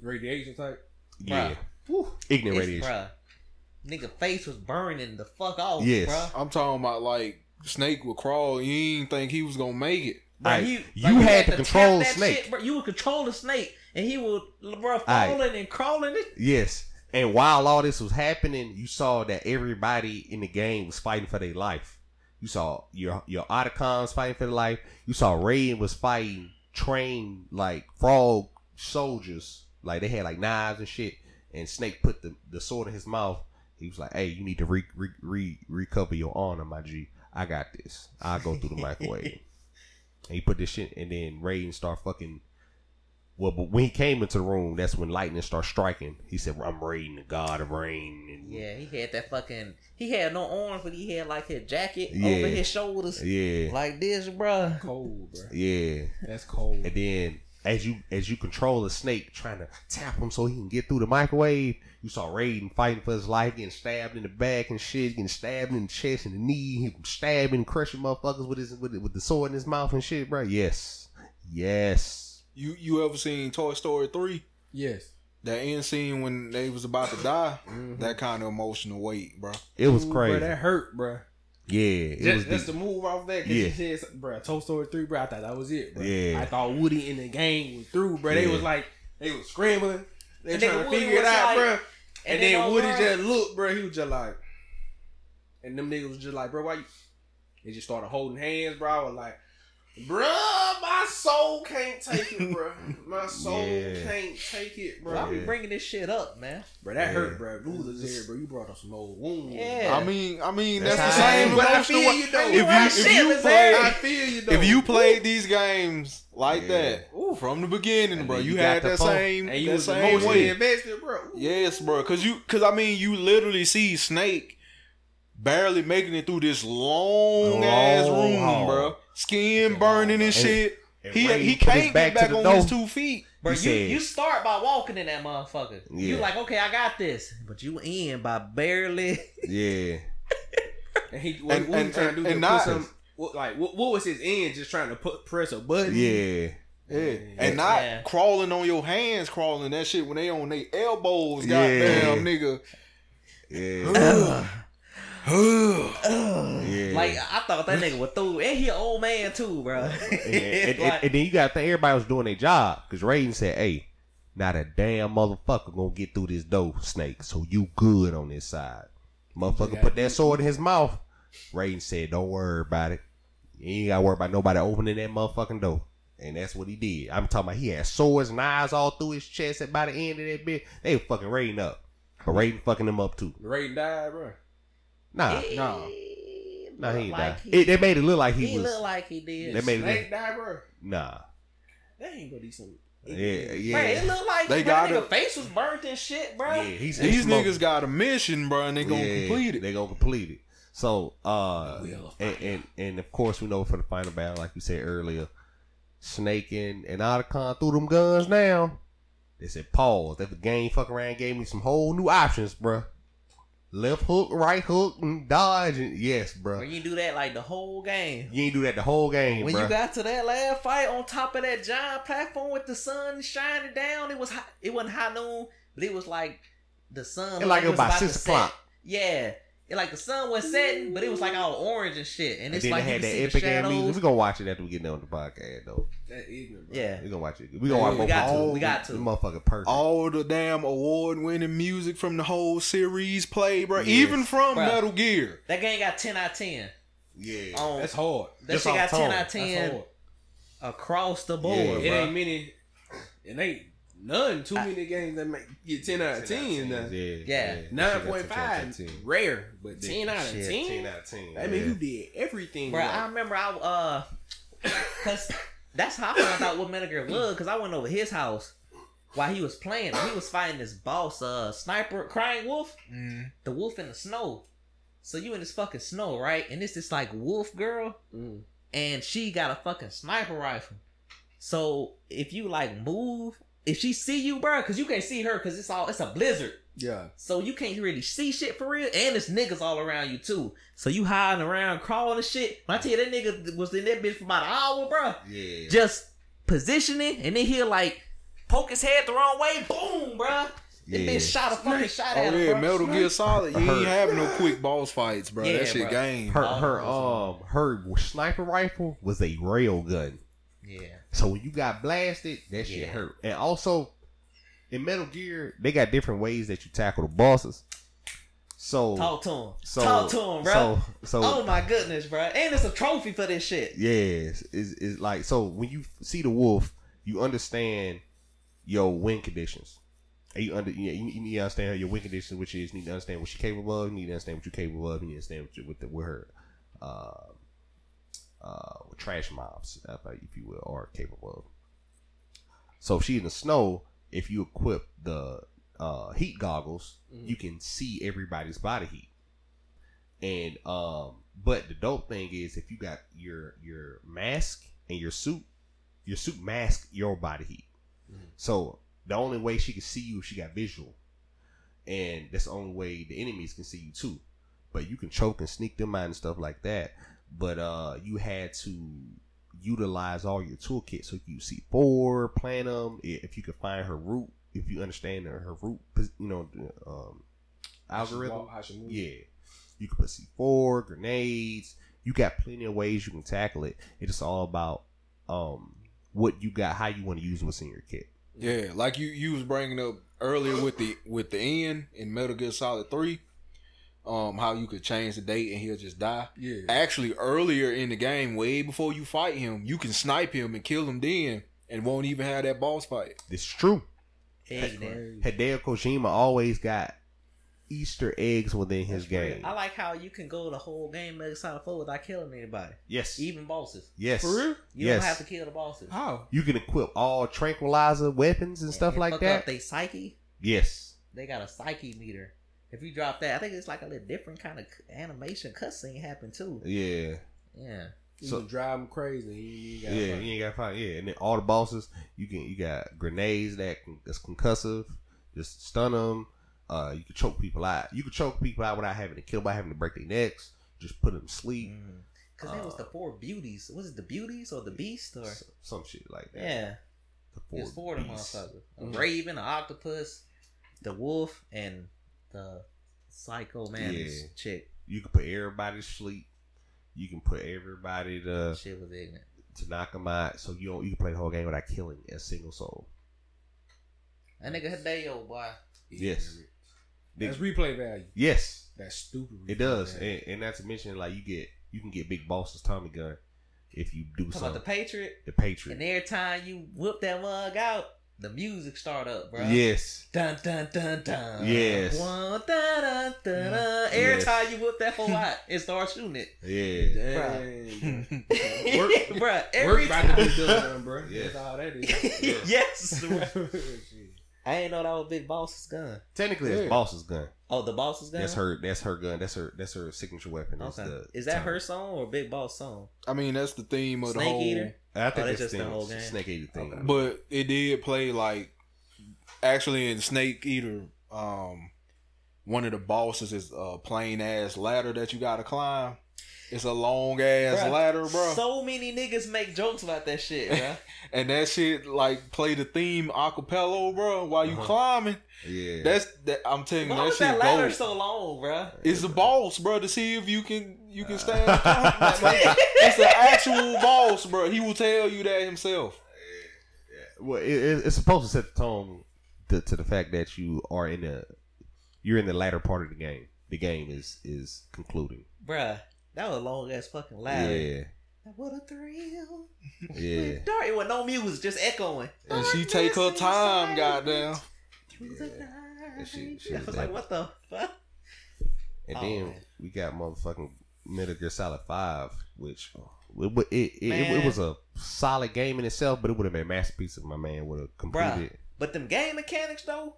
Speaker 4: Radiation type.
Speaker 1: Yeah,
Speaker 4: Whew.
Speaker 1: ignorant
Speaker 3: it's,
Speaker 1: radiation.
Speaker 3: bruh. Nigga face was burning the fuck off.
Speaker 1: Yes.
Speaker 3: bruh.
Speaker 2: I'm talking about like Snake would crawl. You didn't think he was gonna make it.
Speaker 3: Bruh,
Speaker 1: Aight,
Speaker 3: he-
Speaker 1: you
Speaker 3: like,
Speaker 1: had to
Speaker 3: tap
Speaker 1: control
Speaker 3: that
Speaker 1: Snake.
Speaker 3: Shit, bruh. You would control the snake, and he would, bruh,
Speaker 1: Aight.
Speaker 3: falling and crawling. It
Speaker 1: Yes. And while all this was happening, you saw that everybody in the game was fighting for their life. You saw your your Otacons fighting for their life. You saw Raiden was fighting trained like frog soldiers. Like they had like knives and shit. And Snake put the, the sword in his mouth. He was like, "Hey, you need to re, re, re recover your honor, my G. I got this. I'll go through the microwave." And he put this shit, and then Raiden start fucking. Well, but when he came into the room, that's when lightning started striking. He said, "I'm Raiden, the God of Rain." And
Speaker 3: Yeah, he had that fucking. He had no arms, but he had like his jacket
Speaker 1: Yeah.
Speaker 3: over his shoulders,
Speaker 1: yeah,
Speaker 3: like this, bruh.
Speaker 4: Cold, bro.
Speaker 1: yeah.
Speaker 4: That's cold.
Speaker 1: And then as you as you control the snake, trying to tap him so he can get through the microwave, you saw Raiden fighting for his life, getting stabbed in the back and shit, getting stabbed in the chest and the knee, he was stabbing, crushing motherfuckers with his with, with the sword in his mouth and shit, bro. Yes, yes.
Speaker 2: You you ever seen Toy Story three?
Speaker 4: Yes. Mm-hmm.
Speaker 2: That end scene when they was about to die, that kind of emotional weight, bro.
Speaker 1: It was
Speaker 4: Ooh,
Speaker 1: crazy.
Speaker 4: Bro, that hurt, bro.
Speaker 1: yeah, it
Speaker 4: Just,
Speaker 1: was
Speaker 4: just
Speaker 1: deep.
Speaker 4: to move off that, cause
Speaker 1: Yeah.
Speaker 4: you said, something, bruh, Toy Story three, bruh, I thought that was it, bruh.
Speaker 1: Yeah.
Speaker 4: I thought Woody and the gang was through, bruh. They
Speaker 1: Yeah.
Speaker 4: was like, they was scrambling, they
Speaker 3: And
Speaker 4: trying
Speaker 3: nigga
Speaker 4: to
Speaker 3: Woody
Speaker 4: figure it
Speaker 3: was
Speaker 4: out,
Speaker 3: like-
Speaker 4: bruh. And, then,
Speaker 3: all
Speaker 4: Woody
Speaker 3: right.
Speaker 4: just looked, bruh. He was just like, and them niggas was just like, bruh, why you? They just started holding hands, bruh. I was like, bruh, my soul can't take it, bruh. My soul
Speaker 1: Yeah.
Speaker 4: can't take it, bruh.
Speaker 3: Why we
Speaker 1: Yeah.
Speaker 3: bringing this shit up, man?
Speaker 4: Bruh, that
Speaker 1: Yeah.
Speaker 4: hurt, bruh. You was there, bruh. You brought up some old wounds.
Speaker 3: Yeah.
Speaker 2: I mean, I mean that's,
Speaker 1: That's
Speaker 2: the
Speaker 1: how it
Speaker 2: same
Speaker 1: is.
Speaker 4: But I
Speaker 2: emotional
Speaker 4: feel
Speaker 2: weight.
Speaker 4: you though.
Speaker 2: If you,
Speaker 3: Right,
Speaker 2: if
Speaker 3: shit,
Speaker 2: you
Speaker 3: Miss
Speaker 2: play,
Speaker 3: Harris.
Speaker 4: I feel you though.
Speaker 2: if you played these games like
Speaker 1: Yeah.
Speaker 2: that from the beginning,
Speaker 1: And
Speaker 2: bro,
Speaker 1: then
Speaker 2: you,
Speaker 1: you
Speaker 2: had
Speaker 1: got the
Speaker 2: that
Speaker 1: phone.
Speaker 2: same
Speaker 4: and you
Speaker 2: that
Speaker 4: was
Speaker 2: same
Speaker 4: emotionally
Speaker 2: way.
Speaker 4: invested, bro. Ooh.
Speaker 2: Yes, bro, cause you, cause I mean, you literally see Snake barely making it through this long,
Speaker 1: Long
Speaker 2: ass room,
Speaker 1: haul.
Speaker 2: bro. Skin burning and
Speaker 1: And-
Speaker 2: shit.
Speaker 1: And
Speaker 2: He
Speaker 1: Ray
Speaker 2: he
Speaker 1: put his
Speaker 2: can't get
Speaker 1: to
Speaker 2: back
Speaker 1: the
Speaker 2: on
Speaker 1: door.
Speaker 2: his two feet.
Speaker 3: Bro,
Speaker 1: He
Speaker 3: you,
Speaker 1: said-
Speaker 3: you start by walking in that motherfucker. You
Speaker 1: Yeah.
Speaker 3: like, okay, I got this. But you end by barely
Speaker 1: Yeah,
Speaker 4: And he what,
Speaker 2: And-
Speaker 4: what
Speaker 2: and-
Speaker 4: he trying to do
Speaker 2: and
Speaker 4: to
Speaker 2: not-
Speaker 4: put some what, like what, what was his end? Just trying to put press a button.
Speaker 1: yeah.
Speaker 2: Yeah. And not
Speaker 3: Yeah.
Speaker 2: crawling on your hands, crawling that shit when they on their elbows,
Speaker 1: Yeah.
Speaker 2: goddamn nigga.
Speaker 1: Yeah, yeah.
Speaker 3: like I thought that nigga was through. And he an old man too, bro.
Speaker 1: and, and-
Speaker 3: It's
Speaker 1: and-
Speaker 3: like-
Speaker 1: and then you got to think everybody was doing their job because Raiden said, "Hey, not a damn motherfucker gonna get through this door, Snake. So you good on this side, motherfucker."
Speaker 4: Yeah.
Speaker 1: Put that sword in his mouth. Raiden said, "Don't worry about it. You ain't gotta worry about nobody opening that motherfucking door." And that's what he did. I'm talking about he had swords and eyes all through his chest. And by the end of that bit, they were fucking Raiden up, but Raiden fucking him up too.
Speaker 4: Raiden died, bro.
Speaker 1: Nah,
Speaker 4: nah.
Speaker 3: He
Speaker 1: nah, he
Speaker 3: look
Speaker 1: ain't
Speaker 3: like
Speaker 1: die.
Speaker 3: He,
Speaker 1: It- they made it look like he,
Speaker 3: he
Speaker 1: was.
Speaker 3: looked like he did.
Speaker 1: They made it
Speaker 4: Snake died, bro.
Speaker 1: nah.
Speaker 4: That ain't gonna do something.
Speaker 1: Yeah, yeah.
Speaker 3: Bro, it looked like
Speaker 2: They
Speaker 3: they
Speaker 2: got
Speaker 3: got nigga
Speaker 2: it.
Speaker 3: face was burnt and shit, bro.
Speaker 1: Yeah, he's,
Speaker 2: These
Speaker 1: he's smoking.
Speaker 2: niggas got a mission, bro, and they gonna
Speaker 1: Yeah,
Speaker 2: complete it.
Speaker 1: They gonna complete it. So, uh,
Speaker 4: Wheel of
Speaker 1: and, and and of course we know for the final battle, like you said earlier, Snake and and Otacon threw them guns down. They said pause. That the game fuck around gave me some whole new options, bruh. Left hook, right hook, and dodge, and yes, bruh.
Speaker 3: When you do that like the whole game.
Speaker 1: You ain't do that the whole game,
Speaker 3: When
Speaker 1: bruh.
Speaker 3: you got to that last fight on top of that giant platform with the sun shining down, it was hot, it wasn't high noon, but it was like the sun.
Speaker 1: It
Speaker 3: looked
Speaker 1: like it was about
Speaker 3: to
Speaker 1: six
Speaker 3: set.
Speaker 1: o'clock.
Speaker 3: Yeah, it like the sun was setting, but it was like all orange and shit, and,
Speaker 1: and
Speaker 3: it's
Speaker 1: then
Speaker 3: like
Speaker 1: they
Speaker 3: you
Speaker 1: had
Speaker 3: could
Speaker 1: that
Speaker 3: see the
Speaker 1: epic game.
Speaker 3: shadows.
Speaker 1: We're gonna watch it after we get done on the podcast, though.
Speaker 4: That ignorant, bro.
Speaker 3: Yeah,
Speaker 1: We're gonna watch it. We're gonna watch
Speaker 2: Yeah,
Speaker 1: both.
Speaker 2: we got
Speaker 1: of
Speaker 2: to,
Speaker 1: them.
Speaker 2: we
Speaker 3: got to.
Speaker 1: This motherfucker perfect.
Speaker 2: All the damn award winning music from the whole series play, bro.
Speaker 1: Yes.
Speaker 2: Even from
Speaker 3: Bruh.
Speaker 2: Metal Gear.
Speaker 3: that game got ten out of ten.
Speaker 1: yeah.
Speaker 3: On,
Speaker 4: That's hard.
Speaker 3: that
Speaker 1: just
Speaker 3: shit
Speaker 1: off
Speaker 3: got ten
Speaker 1: tone.
Speaker 3: out of
Speaker 4: That's
Speaker 3: ten
Speaker 4: hard.
Speaker 3: across the board.
Speaker 1: Yeah,
Speaker 4: It
Speaker 1: bro.
Speaker 4: ain't many. It ain't none. Too many games that make get ten out of ten.
Speaker 1: Yeah,
Speaker 4: now.
Speaker 3: Yeah.
Speaker 4: Nine point five, rare, but
Speaker 1: Yeah.
Speaker 4: ten out of
Speaker 3: Shit,
Speaker 4: ten.
Speaker 1: out of ten.
Speaker 4: I mean, you did everything.
Speaker 3: Bro,
Speaker 4: right.
Speaker 3: I remember I uh, cause that's how I found out what Metal Gear was. Cause I went over his house while he was playing. He was fighting this boss, uh, sniper, crying wolf,
Speaker 2: Mm.
Speaker 3: the wolf in the snow. So you in this fucking snow, right? And it's this like wolf girl,
Speaker 4: Mm.
Speaker 3: and she got a fucking sniper rifle. So if you like move, if she see you, bro, cause you can't see her, cause it's all it's a blizzard.
Speaker 4: Yeah.
Speaker 3: So you can't really see shit for real, and it's niggas all around you too. So you hiding around, crawling and shit. When I tell you that nigga was in that bitch for about an hour, bro,
Speaker 1: Yeah.
Speaker 3: just positioning, and then he'll like poke his head the wrong way, boom, bro. That
Speaker 1: Yeah.
Speaker 3: bitch shot a fucking shot
Speaker 2: Oh
Speaker 3: at him.
Speaker 2: yeah,
Speaker 3: bruh.
Speaker 2: Metal Gear Solid. You ain't
Speaker 1: Hurt.
Speaker 2: having no quick boss fights, bro.
Speaker 3: Yeah,
Speaker 2: that shit
Speaker 3: bruh.
Speaker 2: game.
Speaker 1: Her her um her sniper rifle was a rail gun.
Speaker 3: Yeah,
Speaker 1: So when you got blasted, that shit
Speaker 3: Yeah.
Speaker 1: hurt. And also in Metal Gear, they got different ways that you tackle the bosses. So
Speaker 3: talk to him.
Speaker 1: so
Speaker 3: talk to him, bro.
Speaker 1: So so
Speaker 3: oh my goodness, bro. And it's a trophy for this shit.
Speaker 1: Yes, is is like so when you see the wolf, you understand your win conditions. And You under yeah, you, you need to understand your win conditions, which is you need to understand what she's capable of. You need to understand what you're capable of. You need to understand what, you, with the, with her, uh, uh, trash mobs, uh, if you will, are capable of. So if she in the snow, if you equip the uh, heat goggles, you can see everybody's body heat. And um, but the dope thing is if you got your your mask and your suit, your suit mask your body heat. So the only way she can see you if she got visual, and that's the only way the enemies can see you too. But you can choke and sneak them out and stuff like that. But uh, you had to utilize all your toolkit so you see four, plan them. If you could find her route, if you understand her, her root, pos- you know, the, um, algorithm.
Speaker 4: How she move.
Speaker 1: Yeah, you can put C four grenades. You got plenty of ways you can tackle it. It's all about um what you got, how you want to use what's in your kit.
Speaker 2: Yeah, like you you was bringing up earlier with the with the end in Metal Gear Solid Three, um, how you could change the date and he'll just die.
Speaker 4: Yeah.
Speaker 2: Actually, earlier in the game, way before you fight him, you can snipe him and kill him then, and won't even have that boss fight.
Speaker 1: It's true.
Speaker 3: Egg man.
Speaker 1: Hideo Kojima always got Easter eggs within his game.
Speaker 3: I like how you can go the whole game Metal Gear Solid 4 without killing anybody,
Speaker 1: Yes.
Speaker 3: even bosses.
Speaker 1: yes.
Speaker 4: For real?
Speaker 3: You
Speaker 1: yes.
Speaker 3: don't have to kill the bosses.
Speaker 4: How?
Speaker 1: You can equip all tranquilizer weapons and stuff
Speaker 3: And
Speaker 1: like
Speaker 3: fuck
Speaker 1: that.
Speaker 3: Up they psyche.
Speaker 1: yes.
Speaker 3: They got a psyche meter. If you drop that, I think it's like a little different kind of c- animation cutscene happen too.
Speaker 1: Yeah.
Speaker 3: Yeah.
Speaker 4: You
Speaker 1: So-
Speaker 4: can drive him crazy. You, you
Speaker 1: Yeah,
Speaker 4: got yeah,
Speaker 1: you ain't got fight. Yeah, and then all the bosses, you can you got grenades that can, that's concussive, just stun them. Uh, you can choke people out. You can choke people out without having to kill by having to break their necks. Just put them to sleep,
Speaker 3: Cause that was the
Speaker 1: Uh,
Speaker 3: four beauties. Was it the beauties or the beast or?
Speaker 1: s- some shit like that.
Speaker 3: Mm-hmm. Yeah,
Speaker 1: the four
Speaker 3: it's four of them
Speaker 1: beasts. Mm-hmm.
Speaker 3: motherfuckers. A
Speaker 4: Mhm.
Speaker 3: raven, an octopus, the wolf, and the psycho man
Speaker 1: Yeah.
Speaker 3: chick.
Speaker 1: You can put everybody to sleep. You can put everybody to
Speaker 3: Shit was ignorant.
Speaker 1: to knock them out. So you don't you can play the whole game without killing a single soul.
Speaker 3: That nigga Hideo boy.
Speaker 1: Yes.
Speaker 4: That's replay value.
Speaker 1: Yes,
Speaker 4: That's stupid.
Speaker 1: it
Speaker 4: replay
Speaker 3: Mm-hmm.
Speaker 1: does,
Speaker 4: value.
Speaker 1: and, and not to mention like you get you can get big bosses Tommy gun if you do
Speaker 3: Talking about the
Speaker 1: something.
Speaker 3: Patriot.
Speaker 1: The,
Speaker 3: And
Speaker 1: Patriot.
Speaker 3: every time you whip that mug out, the music start up, bro.
Speaker 1: Yes,
Speaker 3: Dun dun dun dun.
Speaker 1: Yes.
Speaker 3: One, dun, dun, dun, dun. Every
Speaker 1: Yes.
Speaker 3: time you whip that whole lot and start shooting it,
Speaker 1: yeah,
Speaker 4: Dang,
Speaker 3: Bruh,
Speaker 4: Work
Speaker 3: Every
Speaker 4: about to
Speaker 3: time.
Speaker 4: be done, bro.
Speaker 1: Yeah.
Speaker 4: That's all that
Speaker 3: yes. bruh.
Speaker 4: is. Shit.
Speaker 3: I ain't know that was Big Boss's gun.
Speaker 1: technically it's
Speaker 2: Yeah.
Speaker 1: boss's gun.
Speaker 3: Oh, the Boss's gun.
Speaker 1: That's her. That's her gun. That's her. That's her signature weapon. Is
Speaker 3: Okay.
Speaker 1: the
Speaker 3: Is that
Speaker 1: Tommy.
Speaker 3: her song or Big Boss song?
Speaker 2: I mean, that's the theme of the
Speaker 3: Snake
Speaker 2: whole.
Speaker 3: Eater?
Speaker 1: I think
Speaker 3: Oh, that's
Speaker 1: that's
Speaker 3: just the
Speaker 1: thing,
Speaker 3: whole game.
Speaker 1: Snake Eater thing.
Speaker 3: Okay.
Speaker 2: But it did play like actually in Snake Eater, um one of the bosses is a plain ass ladder that you gotta climb. It's a long ass
Speaker 3: Bruh,
Speaker 2: ladder, bro.
Speaker 3: So many niggas make jokes about that shit, bro.
Speaker 2: and that shit like play the theme acapella, bro, while you
Speaker 1: Uh-huh.
Speaker 2: climbing.
Speaker 1: Yeah,
Speaker 2: That's that I'm telling you
Speaker 3: Why
Speaker 2: that
Speaker 3: was
Speaker 2: shit
Speaker 3: that ladder
Speaker 2: goes.
Speaker 3: so long, bro?
Speaker 2: it's a boss, bro, to see if you can you can stand. the climb. Like, it's an actual boss, bro. He will tell you that himself.
Speaker 1: well, it, it, it's supposed to set the tone to, to the fact that you are in the you're in the latter part of the game. The game is is concluding.
Speaker 3: Bruh, that was long ass fucking ladder.
Speaker 1: Yeah,
Speaker 3: What a thrill.
Speaker 1: yeah.
Speaker 3: Dark, it was no music, just echoing.
Speaker 2: And she take her time, goddamn.
Speaker 3: Through the night.
Speaker 1: shit- shit
Speaker 3: I was
Speaker 1: was
Speaker 3: like,
Speaker 1: epic.
Speaker 3: what the fuck?
Speaker 1: And
Speaker 3: Oh,
Speaker 1: then
Speaker 3: man.
Speaker 1: we got motherfucking Metal Gear Solid Five, which it wa- it it, it, it,
Speaker 3: Man.
Speaker 1: was a solid game in itself, but it would have been a masterpiece if my man would have completed.
Speaker 3: But them game mechanics, though,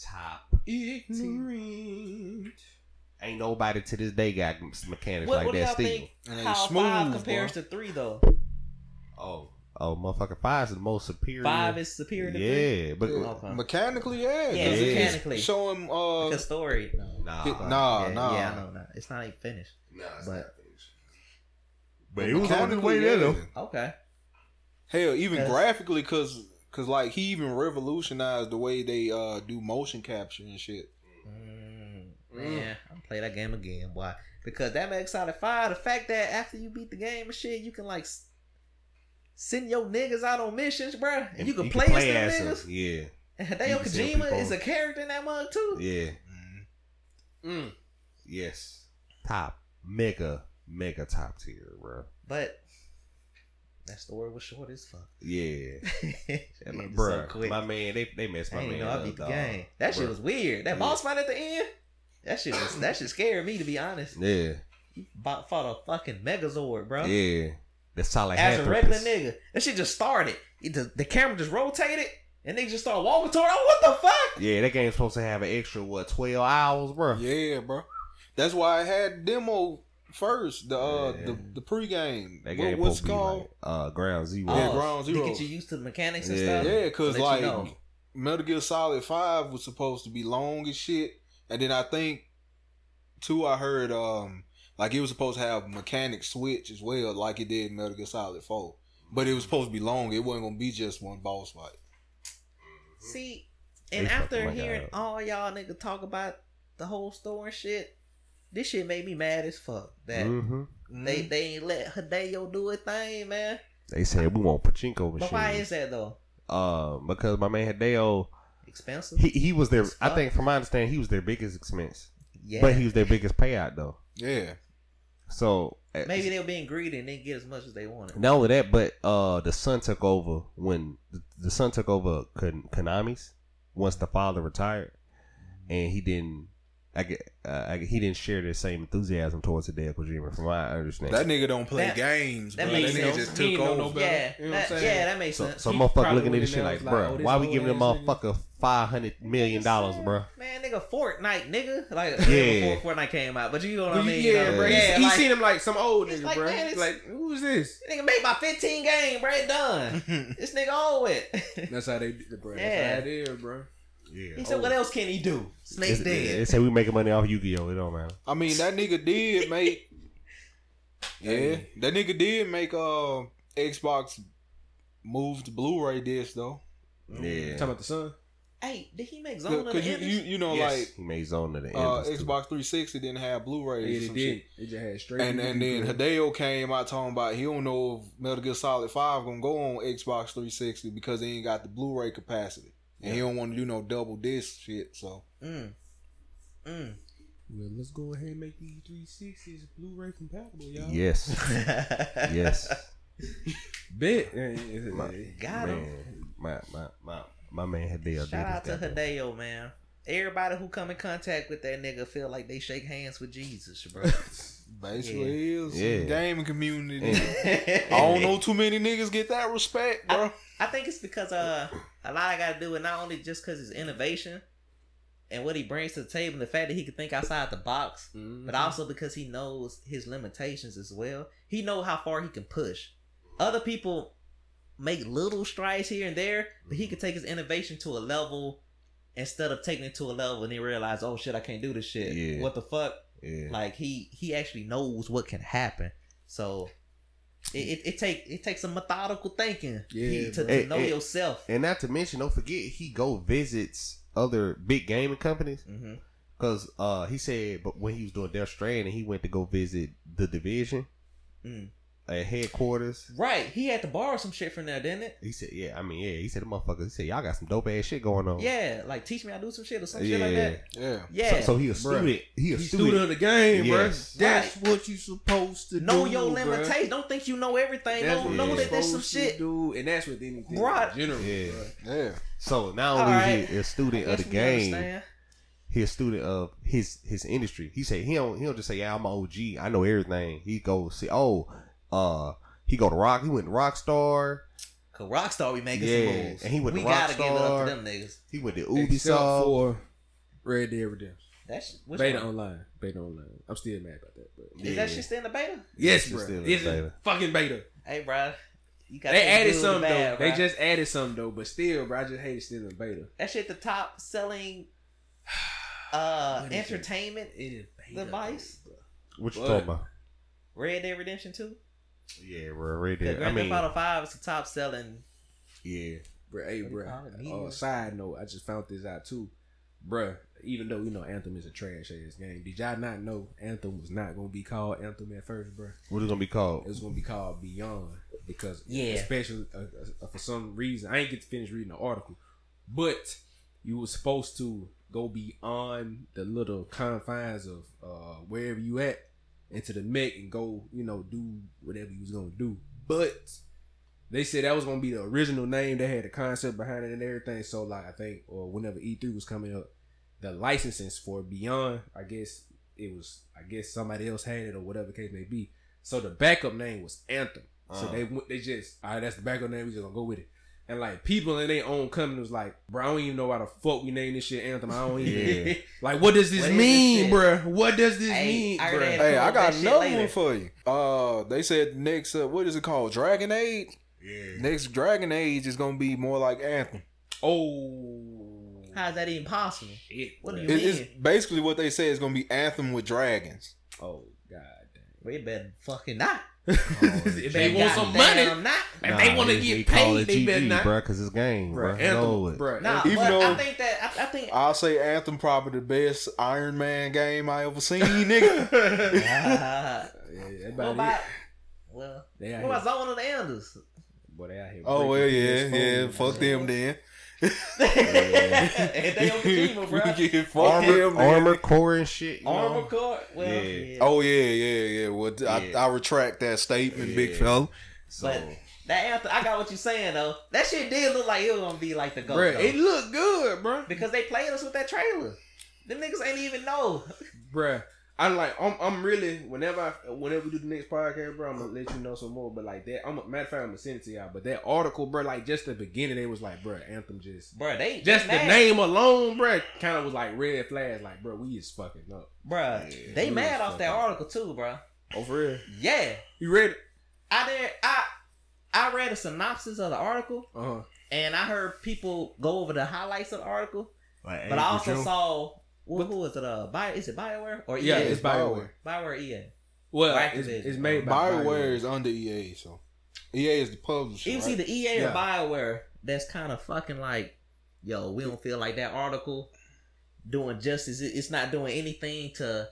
Speaker 1: Top
Speaker 4: Ignorant.
Speaker 1: ain't nobody to this day got mechanics
Speaker 3: what,
Speaker 1: like
Speaker 3: what do
Speaker 1: that
Speaker 3: y'all
Speaker 1: still.
Speaker 3: think?
Speaker 2: And they
Speaker 3: How
Speaker 2: smooth,
Speaker 3: five
Speaker 2: boy.
Speaker 3: compares to three, though?
Speaker 1: Oh, oh, motherfucker, five is the most superior.
Speaker 3: Five is superior to three? Oh.
Speaker 1: yeah, but uh,
Speaker 2: Yeah.
Speaker 3: Okay.
Speaker 2: Mechanically, yeah.
Speaker 3: Yeah,
Speaker 2: Cause it's
Speaker 3: mechanically.
Speaker 2: Showing, uh,
Speaker 3: Because story. No.
Speaker 1: nah,
Speaker 2: it- nah,
Speaker 3: yeah,
Speaker 2: nah.
Speaker 3: yeah, I know that. It's not even finished.
Speaker 1: nah,
Speaker 3: it's but- not
Speaker 1: but it was on his way there
Speaker 2: Mechanically,
Speaker 1: though.
Speaker 2: yeah.
Speaker 3: Okay.
Speaker 2: Hell, even
Speaker 3: Yes.
Speaker 2: graphically, cause, cause like he even revolutionized the way they uh do motion capture and shit.
Speaker 3: Mm, man, I'm play that game again, boy. Because that makes Solid Five. The fact that after you beat the game and shit, you can like s- send your niggas out on missions, bruh, and you can play, as them niggas.
Speaker 1: Yeah,
Speaker 3: And Hideo
Speaker 1: can send people
Speaker 3: Kojima is
Speaker 1: on.
Speaker 3: a character in that mug too.
Speaker 1: yeah,
Speaker 3: Mm.
Speaker 1: yes. Top, mega, mega top tier, bro.
Speaker 3: But that story was short as fuck.
Speaker 1: Yeah,
Speaker 3: It
Speaker 1: my,
Speaker 3: ended
Speaker 1: bruh,
Speaker 3: so quick.
Speaker 1: my man, they they messed
Speaker 3: I
Speaker 1: my
Speaker 3: didn't
Speaker 1: man
Speaker 3: know I
Speaker 1: up,
Speaker 3: beat the
Speaker 1: dog.
Speaker 3: game. That shit
Speaker 1: Bruh.
Speaker 3: was weird. That
Speaker 1: Yeah.
Speaker 3: boss fight at the end. That shit was that shit scared me to be honest.
Speaker 1: Yeah,
Speaker 3: Bought, fought a fucking Megazord, bro.
Speaker 1: yeah. That's solid.
Speaker 3: as a regular nigga. That shit just started. It- the, the camera just rotated and niggas just started walking toward. Oh, what the fuck?
Speaker 1: Yeah, that game's supposed to have an extra what twelve hours, bro.
Speaker 2: Yeah, bro. That's why I had demo first. The uh,
Speaker 1: Yeah.
Speaker 2: the the pregame.
Speaker 1: That
Speaker 2: What-
Speaker 1: game supposed
Speaker 2: what's
Speaker 1: to be
Speaker 2: called?
Speaker 1: like, uh, Ground Zero.
Speaker 2: Yeah,
Speaker 3: Oh,
Speaker 2: ground zero.
Speaker 3: To get you used to the mechanics and
Speaker 1: Yeah.
Speaker 3: stuff.
Speaker 2: Yeah, cause
Speaker 3: Let you
Speaker 2: like
Speaker 3: know.
Speaker 2: Metal Gear Solid Five was supposed to be long as shit, and then I think two I heard um like it was supposed to have mechanic switch as well, like it did in Metal Gear Solid Four, but it was supposed to be long. It wasn't gonna be just one boss fight.
Speaker 3: See, And
Speaker 1: They
Speaker 3: after
Speaker 1: fucking uh, my
Speaker 3: hearing
Speaker 1: guy up.
Speaker 3: all y'all nigga talk about the whole store and shit, this shit made me mad as fuck. That
Speaker 2: Mm-hmm.
Speaker 1: hmm
Speaker 3: they they ain't let Hideo do a thing, man.
Speaker 1: They said we want pachinko
Speaker 3: But why
Speaker 1: machines.
Speaker 3: is that though?
Speaker 1: Uh, because my man Hideo,
Speaker 3: Expensive.
Speaker 1: he, he was their.
Speaker 3: It's
Speaker 1: I
Speaker 3: fucked.
Speaker 1: think, from my understanding, he was their biggest expense,
Speaker 3: yeah.
Speaker 1: but he was their biggest payout though.
Speaker 2: yeah.
Speaker 1: So uh,
Speaker 3: Maybe they were being greedy and didn't get as much as they wanted.
Speaker 1: not only that, but uh, the son took over when the, the son took over Kon- Konami's once the father retired, and he didn't. I get, uh, I, he didn't share the same enthusiasm towards Hideo Kojima, from my understanding.
Speaker 2: That nigga don't play
Speaker 3: That-
Speaker 2: games,
Speaker 3: that
Speaker 2: bro.
Speaker 3: makes
Speaker 2: That nigga
Speaker 3: sense.
Speaker 2: just
Speaker 4: He
Speaker 2: took
Speaker 4: ain't know
Speaker 2: over.
Speaker 4: no better.
Speaker 3: yeah,
Speaker 4: You know what
Speaker 3: that,
Speaker 4: I'm saying?
Speaker 3: yeah, that makes
Speaker 1: so,
Speaker 3: sense.
Speaker 1: so
Speaker 4: He
Speaker 1: motherfucker
Speaker 4: probably
Speaker 1: looking at this
Speaker 4: would've
Speaker 1: shit
Speaker 4: been
Speaker 1: like,
Speaker 4: like,
Speaker 1: bruh,
Speaker 4: oh, this
Speaker 1: why we
Speaker 4: old
Speaker 1: giving them
Speaker 4: ass nigga."
Speaker 1: motherfucker five hundred million dollars, bruh?
Speaker 3: Man, nigga, Fortnite, nigga. Like,
Speaker 1: Yeah.
Speaker 3: before Fortnite came out, but you know what
Speaker 4: Well,
Speaker 3: I
Speaker 4: you-
Speaker 3: mean?
Speaker 4: yeah,
Speaker 3: you know?
Speaker 4: bro.
Speaker 3: Yeah,
Speaker 4: he, he
Speaker 3: like,
Speaker 4: seen him like some old
Speaker 3: He's
Speaker 4: nigga,
Speaker 3: like,
Speaker 4: bro.
Speaker 3: man, it's-
Speaker 4: like, who's this?
Speaker 3: nigga made my 15 game, bro. It Done. this nigga all with.
Speaker 4: That's how they did the bro.
Speaker 3: Yeah.
Speaker 4: That's how it is, bro.
Speaker 1: Yeah.
Speaker 3: he said, what else can he do? Snake's
Speaker 1: It's-
Speaker 3: dead.
Speaker 1: They say we making money off Yu-Gi-Oh. It don't matter.
Speaker 2: I mean, that nigga did make. yeah,
Speaker 4: Hey.
Speaker 2: that nigga did make uh Xbox moved Blu-ray disc though,
Speaker 1: Yeah.
Speaker 4: Talking about the son.
Speaker 3: hey, did he make Zone of the
Speaker 2: because you, you
Speaker 3: Enders?
Speaker 2: you know
Speaker 1: Yes, he made Zone to the
Speaker 2: like uh
Speaker 1: end.
Speaker 2: Xbox 360 didn't have
Speaker 4: Yeah,
Speaker 2: Blu-ray.
Speaker 4: they did. It just had straight.
Speaker 2: And and then
Speaker 4: DVD.
Speaker 2: Hideo came out talking about he don't know if Metal Gear Solid Five gonna go on Xbox 360 because he ain't got the Blu-ray capacity, and he don't want to do no double disc shit. So
Speaker 3: Mm. Mm.
Speaker 4: Well, let's go ahead and make these 360s Blu-ray compatible, y'all.
Speaker 1: Yes,
Speaker 3: Mm.
Speaker 1: yes.
Speaker 4: Bet.
Speaker 1: My-
Speaker 4: Mm-hmm.
Speaker 3: Got him.
Speaker 1: Man, my my my my man Hideo.
Speaker 3: Shout out to
Speaker 1: did his goddamn-
Speaker 3: Hideo, man. Everybody who come in contact with that nigga feel like they shake hands with Jesus, bro.
Speaker 2: basically, it's
Speaker 1: Yeah.
Speaker 2: the gaming community.
Speaker 1: Yeah.
Speaker 2: I don't know too many niggas get that respect, bro.
Speaker 3: I think it's because uh a lot I gotta do with not only just because his innovation and what he brings to the table, and the fact that he can think outside the box, but also because he knows his limitations as well. He know how far he can push. Other people make little strides here and there, but he can take his innovation to a level instead of taking it to a level and then realize, oh shit, I can't do this shit.
Speaker 1: Yeah.
Speaker 3: What the fuck?
Speaker 1: Yeah.
Speaker 3: Like he he actually knows what can happen. So it, it, it take it takes some methodical thinking
Speaker 4: Yeah,
Speaker 3: he- to,
Speaker 4: bro.
Speaker 3: to
Speaker 1: Eh,
Speaker 3: know
Speaker 1: eh.
Speaker 3: yourself.
Speaker 1: and not to mention, don't forget he go visits other big gaming companies
Speaker 3: hmm
Speaker 1: because uh he said, but when he was doing Death Stranding, he went to go visit the division
Speaker 3: Mm.
Speaker 1: at headquarters.
Speaker 3: Right, he had to borrow some shit from there, didn't it?
Speaker 1: He said, yeah, I mean, yeah. He said, the motherfuckers. He said, y'all got some dope ass shit going on.
Speaker 3: Yeah, like teach me how to do some shit or some shit like
Speaker 1: Oh. Yeah.
Speaker 3: that.
Speaker 2: Yeah,
Speaker 3: Yeah,
Speaker 1: So, so he a
Speaker 4: Bruh.
Speaker 1: student. He a
Speaker 4: He's
Speaker 1: student.
Speaker 4: student of the game, bruh.
Speaker 1: Yes.
Speaker 4: That's what you supposed to
Speaker 3: know
Speaker 4: do.
Speaker 3: your
Speaker 4: bruh.
Speaker 3: limitations. Don't think you know everything.
Speaker 4: That's
Speaker 3: Don't
Speaker 4: what
Speaker 1: Yeah.
Speaker 3: know
Speaker 4: you're
Speaker 3: that there's some
Speaker 4: supposed to
Speaker 3: shit.
Speaker 4: do, and that's with anything
Speaker 3: Right.
Speaker 4: in general.
Speaker 1: Yeah.
Speaker 4: bruh.
Speaker 2: yeah.
Speaker 1: So not
Speaker 3: All
Speaker 1: only
Speaker 3: right.
Speaker 1: he a student of
Speaker 3: Yes,
Speaker 1: the
Speaker 3: we
Speaker 1: game,
Speaker 3: understand.
Speaker 1: he a student of his his industry. He said he don't he don't just say yeah I'm an OG I know everything. He go see oh uh he go to rock he went to Rockstar
Speaker 3: Cause Rockstar be making
Speaker 1: Yeah,
Speaker 3: some moves.
Speaker 1: and he went
Speaker 3: we
Speaker 1: to
Speaker 3: gotta give it up
Speaker 1: Rockstar.
Speaker 3: to them niggas.
Speaker 1: he went to
Speaker 4: Except
Speaker 1: Ubisoft.
Speaker 4: for Red Dead Redemption.
Speaker 3: That's which
Speaker 4: beta
Speaker 3: one?
Speaker 4: online. Beta online. I'm still mad about that, but
Speaker 3: Is that shit still in the beta?
Speaker 4: yes,
Speaker 1: It's
Speaker 4: bro.
Speaker 1: still in
Speaker 4: This is
Speaker 1: beta.
Speaker 4: fucking beta.
Speaker 3: Hey, bro, you got
Speaker 4: They
Speaker 3: that
Speaker 4: added
Speaker 3: good
Speaker 4: some
Speaker 3: and bad,
Speaker 4: though. They
Speaker 3: bruh.
Speaker 4: just added some though, but still, bro, I just hate it still in beta.
Speaker 3: that shit the top selling uh
Speaker 4: What is it?
Speaker 3: entertainment
Speaker 4: It is beta.
Speaker 3: Device?
Speaker 4: though, bruh.
Speaker 1: What you
Speaker 4: What?
Speaker 1: talking about?
Speaker 3: Red Dead Redemption Two.
Speaker 1: Yeah, bro, right
Speaker 3: The
Speaker 1: there. I
Speaker 3: Grand
Speaker 1: mean,
Speaker 3: Theft Auto Five is the top selling.
Speaker 1: yeah,
Speaker 4: Bruh, hey,
Speaker 3: What do you call it?
Speaker 4: bruh.
Speaker 3: Media?
Speaker 4: Uh, side note, I just found this out too. Bruh, even though you know Anthem is a trash ass game, did y'all not know Anthem was not gonna be called Anthem at first, bruh?
Speaker 1: what it gonna be
Speaker 4: It
Speaker 1: called?
Speaker 4: was gonna be called Beyond because
Speaker 3: Yeah.
Speaker 4: especially uh, uh, for some reason I ain't get to finish reading the article, but you were supposed to go beyond the little confines of uh, wherever you at into the mech and go you know do whatever you was gonna do, but they said that was gonna be the original name. They had the concept behind it and everything. So like I think or whenever E three was coming up, the licenses for Beyond, I guess it was I guess somebody else had it or whatever the case may be. So the backup name was Anthem. So
Speaker 3: Uh-huh.
Speaker 1: Uh.
Speaker 4: they went they just all right, that's the backup name. We just gonna go with it. And like people in their own company was like, bro, I don't even know why the fuck we named this shit Anthem. I don't even
Speaker 1: Yeah.
Speaker 4: like what does this
Speaker 3: What is this
Speaker 4: mean,
Speaker 3: shit?
Speaker 4: bruh? What does this
Speaker 3: Hey,
Speaker 4: mean,
Speaker 3: I heard
Speaker 4: bruh?
Speaker 3: that-
Speaker 2: Hey, I
Speaker 3: Hold
Speaker 2: got
Speaker 3: that shit
Speaker 2: another
Speaker 3: later.
Speaker 2: one for you. Uh, they said next, uh, what is it called? Dragon Age.
Speaker 1: Yeah,
Speaker 2: Next Dragon Age is gonna be more like Anthem.
Speaker 4: Oh,
Speaker 3: How is that even possible?
Speaker 4: shit,
Speaker 3: What do
Speaker 4: bruh.
Speaker 3: you-
Speaker 2: It- it's
Speaker 3: Man.
Speaker 2: basically what they say is gonna be Anthem with dragons.
Speaker 4: Oh god, damn.
Speaker 3: We better fucking not.
Speaker 4: if
Speaker 1: They
Speaker 4: they
Speaker 1: got
Speaker 4: want some money,
Speaker 3: Goddamn Not,
Speaker 4: if they want to get paid, they better not.
Speaker 1: bro, because E, it's game, bro.
Speaker 4: Bruh,
Speaker 1: Know
Speaker 4: Anthem,
Speaker 1: it.
Speaker 4: bruh.
Speaker 3: nah,
Speaker 2: Even
Speaker 3: but I
Speaker 2: though-
Speaker 3: think that I, I think
Speaker 2: I'll say Anthem probably the best Iron Man game I ever seen, nigga.
Speaker 3: Ah,
Speaker 4: Yeah,
Speaker 3: what
Speaker 4: everybody-
Speaker 3: about well,
Speaker 4: They
Speaker 3: what
Speaker 4: out
Speaker 3: about
Speaker 4: here.
Speaker 3: Zone of the Elders?
Speaker 4: Boy, they out here
Speaker 2: oh well,
Speaker 4: breaking
Speaker 2: yeah,
Speaker 4: people's
Speaker 2: yeah.
Speaker 4: phones,
Speaker 2: Fuck them
Speaker 4: man.
Speaker 2: then.
Speaker 3: and they on Kojima, bro.
Speaker 2: Yeah, fuck
Speaker 3: Armor-
Speaker 2: them, then.
Speaker 1: Armor core and shit. you
Speaker 3: Armor
Speaker 1: know?
Speaker 3: Core. Well,
Speaker 1: Yeah.
Speaker 3: yeah.
Speaker 2: Oh yeah, yeah, yeah. Well,
Speaker 1: Yeah.
Speaker 2: I, I retract that statement, big
Speaker 1: Yeah.
Speaker 2: fella.
Speaker 1: So
Speaker 3: But that anthem, I got what you saying though. That shit did look like it was gonna be like the go
Speaker 4: Bruh, it looked good, bruh.
Speaker 3: because they played us with that trailer. Them niggas ain't even know.
Speaker 4: Bruh, I'm like, I'm, I'm really. Whenever, I, whenever we do the next podcast, bro, I'm gonna let you know some more. But like that, I'm matter of fact, I'm gonna send it to y'all. But that article, bruh, like just the beginning, they was like, bruh, Anthem just,
Speaker 3: Bruh, they
Speaker 4: just the
Speaker 3: they mad.
Speaker 4: name alone, bruh, kind of was like red flags, like, bruh, we is fucking up.
Speaker 3: Bruh,
Speaker 1: Yeah,
Speaker 3: they
Speaker 4: we
Speaker 3: mad
Speaker 4: was
Speaker 3: off that
Speaker 4: fucking-
Speaker 3: article too, bruh.
Speaker 2: Oh,
Speaker 4: Over here,
Speaker 3: Yeah.
Speaker 4: you ready?
Speaker 3: I did I I read a synopsis of the article
Speaker 4: Uh huh.
Speaker 3: and I heard people go over the highlights of the article.
Speaker 1: like,
Speaker 3: But I also
Speaker 1: April, June,
Speaker 3: saw who, who is it? Uh, Bio, is it Bioware or EA?
Speaker 4: Yeah, it's
Speaker 2: Bioware.
Speaker 4: Bioware.
Speaker 3: Bioware E EA.
Speaker 4: Well,
Speaker 3: Right,
Speaker 4: it's,
Speaker 3: it-
Speaker 4: it's made by
Speaker 2: Bioware is under EA, so EA is the publisher.
Speaker 3: It was
Speaker 2: right?
Speaker 3: either EA or
Speaker 4: Yeah.
Speaker 3: Bioware that's kind of fucking like, yo, we don't feel like that article doing justice. It- It's not doing anything to.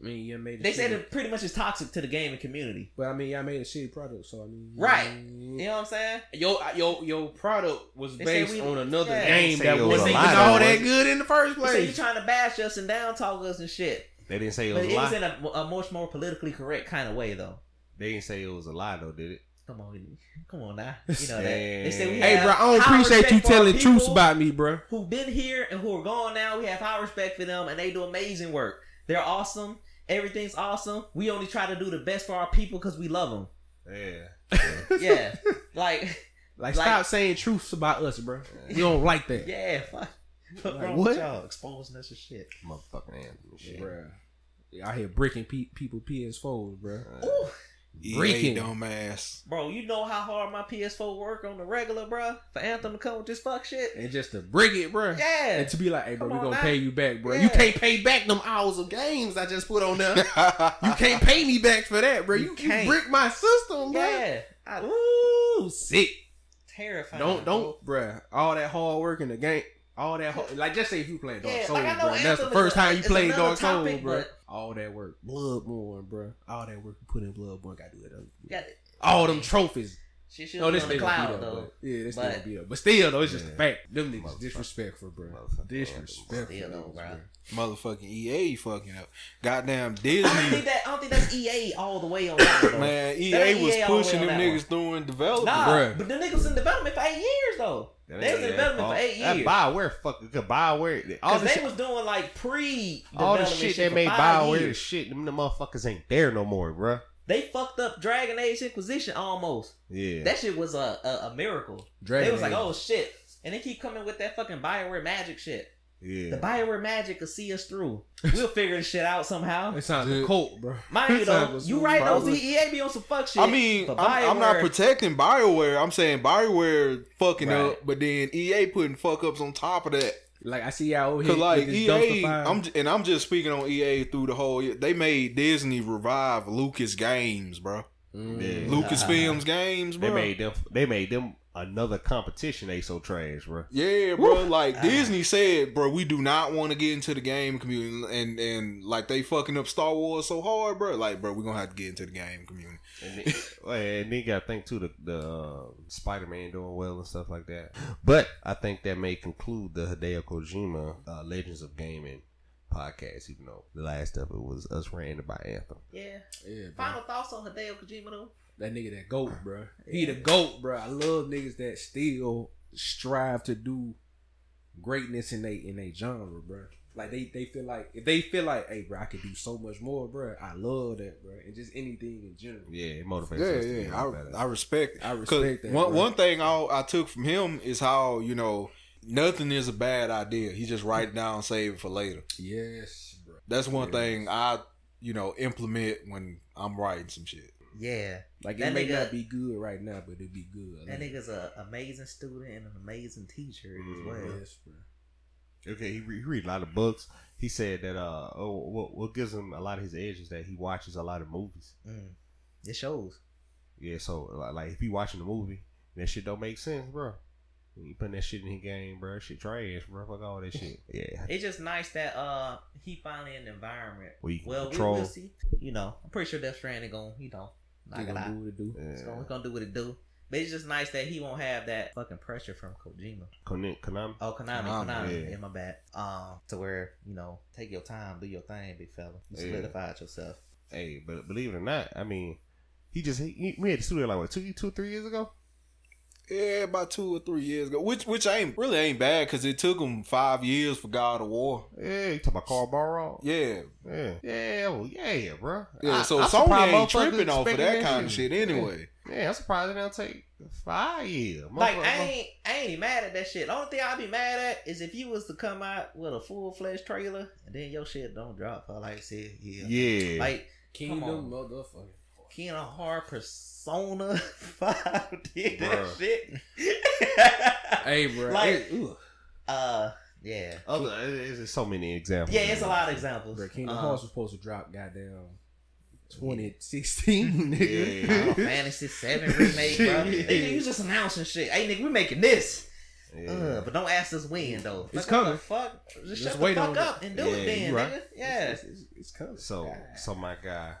Speaker 4: I mean, yeah, made. a
Speaker 3: They said
Speaker 4: shitty-
Speaker 3: it pretty much is toxic to the gaming community.
Speaker 4: but I mean, y'all made a shitty product, so I mean,
Speaker 3: Right.
Speaker 4: yeah.
Speaker 3: You know what I'm saying?
Speaker 4: Yo, your your product was
Speaker 3: They
Speaker 4: based
Speaker 3: say we-
Speaker 4: on another
Speaker 3: yeah.
Speaker 4: game
Speaker 1: Say
Speaker 4: that
Speaker 1: it was
Speaker 4: wasn't
Speaker 1: a
Speaker 4: even
Speaker 1: lie,
Speaker 4: all
Speaker 1: though,
Speaker 4: that
Speaker 1: wasn't
Speaker 4: good in the first
Speaker 3: So you
Speaker 4: place.
Speaker 3: trying to bash us and down talk us and shit.
Speaker 1: They didn't say it
Speaker 3: But
Speaker 1: was a
Speaker 3: it was
Speaker 1: lie.
Speaker 3: in a, a much more politically correct kind of way, though.
Speaker 1: They didn't say it was a lie though, did it?
Speaker 3: Come on, come on now. You know that. They said we
Speaker 4: Hey,
Speaker 3: have
Speaker 4: bro, I don't
Speaker 3: high
Speaker 4: appreciate
Speaker 3: respect
Speaker 4: you
Speaker 3: for our
Speaker 4: telling truths
Speaker 3: people.
Speaker 4: about me, bro.
Speaker 3: who've been here and who are gone now. We have high respect for them, and they do amazing work. They're awesome. Everything's awesome. We only try to do the best for our people because we love
Speaker 1: Yeah.
Speaker 3: them. Yeah, like Like-
Speaker 4: Like, stop saying truths about us, bro. We don't like that.
Speaker 3: yeah, fuck. What's
Speaker 4: Like,
Speaker 3: wrong
Speaker 4: what?
Speaker 3: with y'all exposing us to shit?
Speaker 1: Motherfucking anthem and shit.
Speaker 4: Bruh. I hear breaking pe- people PS4s, bro.
Speaker 1: Uh,
Speaker 3: Ooh,
Speaker 2: EA
Speaker 4: Freaking.
Speaker 2: E dumbass.
Speaker 3: bro, you know how hard my PS4 work on the regular, bro. For Anthem to come with this fuck shit.
Speaker 4: And just to break it, bro.
Speaker 3: Yeah,
Speaker 4: And to be like, hey, bro,
Speaker 3: Come on
Speaker 4: we're going to
Speaker 3: now.
Speaker 4: pay you back, bro.
Speaker 3: Yeah.
Speaker 4: You can't pay back them hours of games I just put on there. you can't pay me back for that, bro.
Speaker 3: You
Speaker 4: You,
Speaker 3: can't.
Speaker 4: can't. brick my system, bro.
Speaker 3: yeah. I,
Speaker 4: Ooh, sick.
Speaker 3: terrifying.
Speaker 4: Don't, don't, bro. All that hard work in the game. All that, hard, like, just say if you play Dark
Speaker 3: Yeah,
Speaker 4: Souls,
Speaker 3: like, I know
Speaker 4: bro. and That's
Speaker 3: Anthem
Speaker 4: the
Speaker 3: is
Speaker 4: first
Speaker 3: a-
Speaker 4: time you
Speaker 3: is
Speaker 4: played
Speaker 3: another
Speaker 4: Dark Souls,
Speaker 3: topic,
Speaker 4: bro.
Speaker 3: but-
Speaker 4: All that work, Bloodborne, bro. All that work you put in Bloodborne, gotta do it. other-
Speaker 3: Got,
Speaker 4: All them trophies.
Speaker 3: she should
Speaker 4: No,
Speaker 3: be
Speaker 4: this
Speaker 3: on the
Speaker 4: nigga
Speaker 3: cloud
Speaker 4: beat up,
Speaker 3: though.
Speaker 4: though. Yeah, this
Speaker 3: But-
Speaker 4: nigga beat up. But still, though, it's just
Speaker 1: Yeah.
Speaker 4: a fact. Them niggas
Speaker 1: Motherfucker.
Speaker 4: disrespectful, bro.
Speaker 1: Motherfucker.
Speaker 4: Disrespectful.
Speaker 3: Still,
Speaker 4: niggas,
Speaker 3: bro.
Speaker 4: bruh.
Speaker 2: Motherfucking EA fucking up. Goddamn
Speaker 3: I don't think
Speaker 2: Disney.
Speaker 3: that. I don't think that's EA all the way on that. though.
Speaker 2: Man,
Speaker 3: That
Speaker 2: EA
Speaker 3: ain't
Speaker 2: was
Speaker 3: EA all the
Speaker 2: pushing
Speaker 3: way
Speaker 2: them
Speaker 3: on that
Speaker 2: niggas through in development.
Speaker 3: Nah,
Speaker 4: Bruh.
Speaker 3: but the niggas was in development for eight years though.
Speaker 1: That
Speaker 3: they
Speaker 1: ain't
Speaker 3: was in
Speaker 1: their
Speaker 3: development
Speaker 1: fault.
Speaker 3: for eight
Speaker 1: That
Speaker 3: years.
Speaker 1: Bioware, fuck, it, Bioware. All
Speaker 3: Cause
Speaker 1: the
Speaker 3: they
Speaker 1: shit,
Speaker 3: was doing like pre
Speaker 1: all the shit they made Bioware,
Speaker 3: Years.
Speaker 1: shit, them, them motherfuckers ain't there no more, bruh.
Speaker 3: They fucked up Dragon Age Inquisition almost.
Speaker 1: Yeah.
Speaker 3: That shit was a a, a miracle.
Speaker 4: Dragon
Speaker 3: they was like,
Speaker 4: Age.
Speaker 3: oh shit, and they keep coming with that fucking Bioware magic shit.
Speaker 1: yeah.
Speaker 3: The Bioware magic will see us through. We'll figure this shit out somehow.
Speaker 4: It sounds like a cult, bro.
Speaker 3: Mind you
Speaker 4: Sounds
Speaker 3: though,
Speaker 4: like
Speaker 3: you
Speaker 4: some
Speaker 3: right
Speaker 4: Bioware.
Speaker 3: those EA be on some fuck shit.
Speaker 2: I mean,
Speaker 3: but
Speaker 2: I'm, I'm not
Speaker 3: Bioware-
Speaker 2: protecting Bioware. I'm saying Bioware fucking
Speaker 4: Right.
Speaker 2: up, but then EA putting fuck ups on top of that.
Speaker 4: Like, E I see y'all over here.
Speaker 2: Cause like
Speaker 4: with this dumpster
Speaker 2: EA,
Speaker 4: fire.
Speaker 2: I'm j- and I'm just speaking on EA through the whole. year. They made Disney revive Lucas Games, bro.
Speaker 4: Mm.
Speaker 1: Yeah.
Speaker 2: Lucasfilms Games, bro.
Speaker 1: They made them. They made them another competition. They so trash, bro.
Speaker 2: Yeah, bro.
Speaker 4: Ah.
Speaker 2: Like Disney said, bro, we do not want to get into the game community, and and like they fucking up Star Wars so hard, bro. Like, bro, we gonna have to get into the game community.
Speaker 1: And then, well, and then you gotta think too the, the uh, Spider Man doing well and stuff like that. But I think that may conclude the Hideo Kojima uh, Legends of Gaming podcast. Even though the last of it was us ranting by Anthem.
Speaker 3: Yeah.
Speaker 4: Yeah, bro.
Speaker 3: Final thoughts on Hideo Kojima though.
Speaker 4: That nigga that goat, bro. He the goat, bro. I love niggas that still strive to do greatness in they in they genre, bro. Like they they feel like if they feel like, hey, bro, I could do so much more, bro. I love that, bro, and just anything in general.
Speaker 1: Yeah, it motivates
Speaker 2: Yeah,
Speaker 1: us. to
Speaker 2: yeah,
Speaker 1: be better.
Speaker 2: I, I respect.
Speaker 4: I
Speaker 2: 'Cause
Speaker 4: respect that.
Speaker 2: one
Speaker 4: bro.
Speaker 2: one thing I I took from him is how you know nothing is a bad idea. He just write it down, save it for later.
Speaker 4: yes, bro.
Speaker 2: That's one
Speaker 4: Yeah.
Speaker 2: thing I you know implement when I'm writing some shit.
Speaker 3: Yeah.
Speaker 4: Like
Speaker 3: That
Speaker 4: it may
Speaker 3: nigga-
Speaker 4: not be good right now, but it'd be good.
Speaker 3: That nigga's an amazing student and an amazing teacher
Speaker 4: Mm-hmm.
Speaker 3: as well.
Speaker 4: Yes, bro.
Speaker 1: Okay, he, re- he read a lot of books. He said that uh, oh, what, what gives him a lot of his edge is that he watches a lot of movies.
Speaker 3: Mm. It shows.
Speaker 1: Yeah, so like, like if you watching the movie, that shit don't make sense, bro. When you putting that shit in his game, bro, shit trash, bro. Fuck all that shit. Yeah.
Speaker 3: It's just nice that uh he finally in the environment.
Speaker 1: Well, you can
Speaker 3: Well, we
Speaker 1: control.
Speaker 3: will see. You know, I'm pretty sure Death Stranding going, you know,
Speaker 4: They
Speaker 3: knock it
Speaker 4: gonna
Speaker 3: out.
Speaker 4: do what it do.
Speaker 3: It's
Speaker 1: Yeah.
Speaker 3: gonna, it's gonna do what it do. But it's just nice that he won't have that fucking pressure from Kojima.
Speaker 1: Konami. Konami.
Speaker 3: Oh, Konami,
Speaker 2: Konami,
Speaker 3: Konami,
Speaker 1: yeah.
Speaker 3: in my bad. Um, to where you know, take your time, do your thing, big fella. You
Speaker 1: Yeah.
Speaker 3: solidified yourself.
Speaker 1: Hey, but believe it or not, I mean, he just he, he, we had the studio like what two, two, three years ago.
Speaker 2: Yeah, about two or three years ago, which which ain't really ain't bad because it took him five years for God of War.
Speaker 1: Yeah, you talking about Carl Barrow?
Speaker 2: Yeah,
Speaker 1: yeah, yeah, well, yeah, bro.
Speaker 2: yeah.
Speaker 1: I-
Speaker 2: so
Speaker 1: I'm
Speaker 2: Sony
Speaker 1: surprised
Speaker 2: ain't
Speaker 1: motherfuckers
Speaker 2: tripping off of
Speaker 1: expecting
Speaker 2: that kind of shit anyway.
Speaker 1: Yeah, I'm surprised it don't take five years.
Speaker 3: Like
Speaker 1: Motherfucker-
Speaker 3: I ain't, I ain't even mad at that shit. The only thing I'd be mad at is if you was to come out with a full fledged trailer and then your shit don't drop for like said, yeah.
Speaker 1: yeah,
Speaker 3: like
Speaker 4: Kingdom
Speaker 3: on.
Speaker 4: motherfucker.
Speaker 3: Ken Hard Persona Five did
Speaker 1: Bruh.
Speaker 3: that shit.
Speaker 4: Hey, bro.
Speaker 3: Like-
Speaker 4: it- ugh.
Speaker 3: uh, yeah,
Speaker 1: other, there's there's so many examples.
Speaker 3: yeah, it's a lot of examples.
Speaker 4: Bro, Kingdom
Speaker 3: Um,
Speaker 4: Hearts was supposed to drop goddamn 2016, nigga.
Speaker 1: Yeah.
Speaker 3: Final Fantasy Seven remake, bro.
Speaker 1: Shit.
Speaker 3: Nigga, you just announcing shit. Hey, nigga, we making this.
Speaker 1: Yeah.
Speaker 3: Uh, but don't ask us when though. Like,
Speaker 4: It's
Speaker 3: what
Speaker 4: coming.
Speaker 3: the fuck, just,
Speaker 4: Just
Speaker 3: shut
Speaker 4: wait
Speaker 3: the
Speaker 4: on
Speaker 3: fuck
Speaker 4: it.
Speaker 3: up and do
Speaker 1: Yeah,
Speaker 3: it then,
Speaker 1: you right.
Speaker 3: nigga. Yeah,
Speaker 4: It's, it's, it's coming.
Speaker 1: so, so my guy,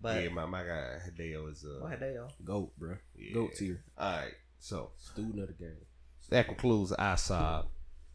Speaker 3: but
Speaker 1: yeah, my, my guy Hideo is uh,
Speaker 3: go ahead, Dale.
Speaker 4: Goat, bro.
Speaker 1: yeah.
Speaker 4: Goat tier.
Speaker 1: All right, so
Speaker 4: Student of the game.
Speaker 1: that concludes ISOB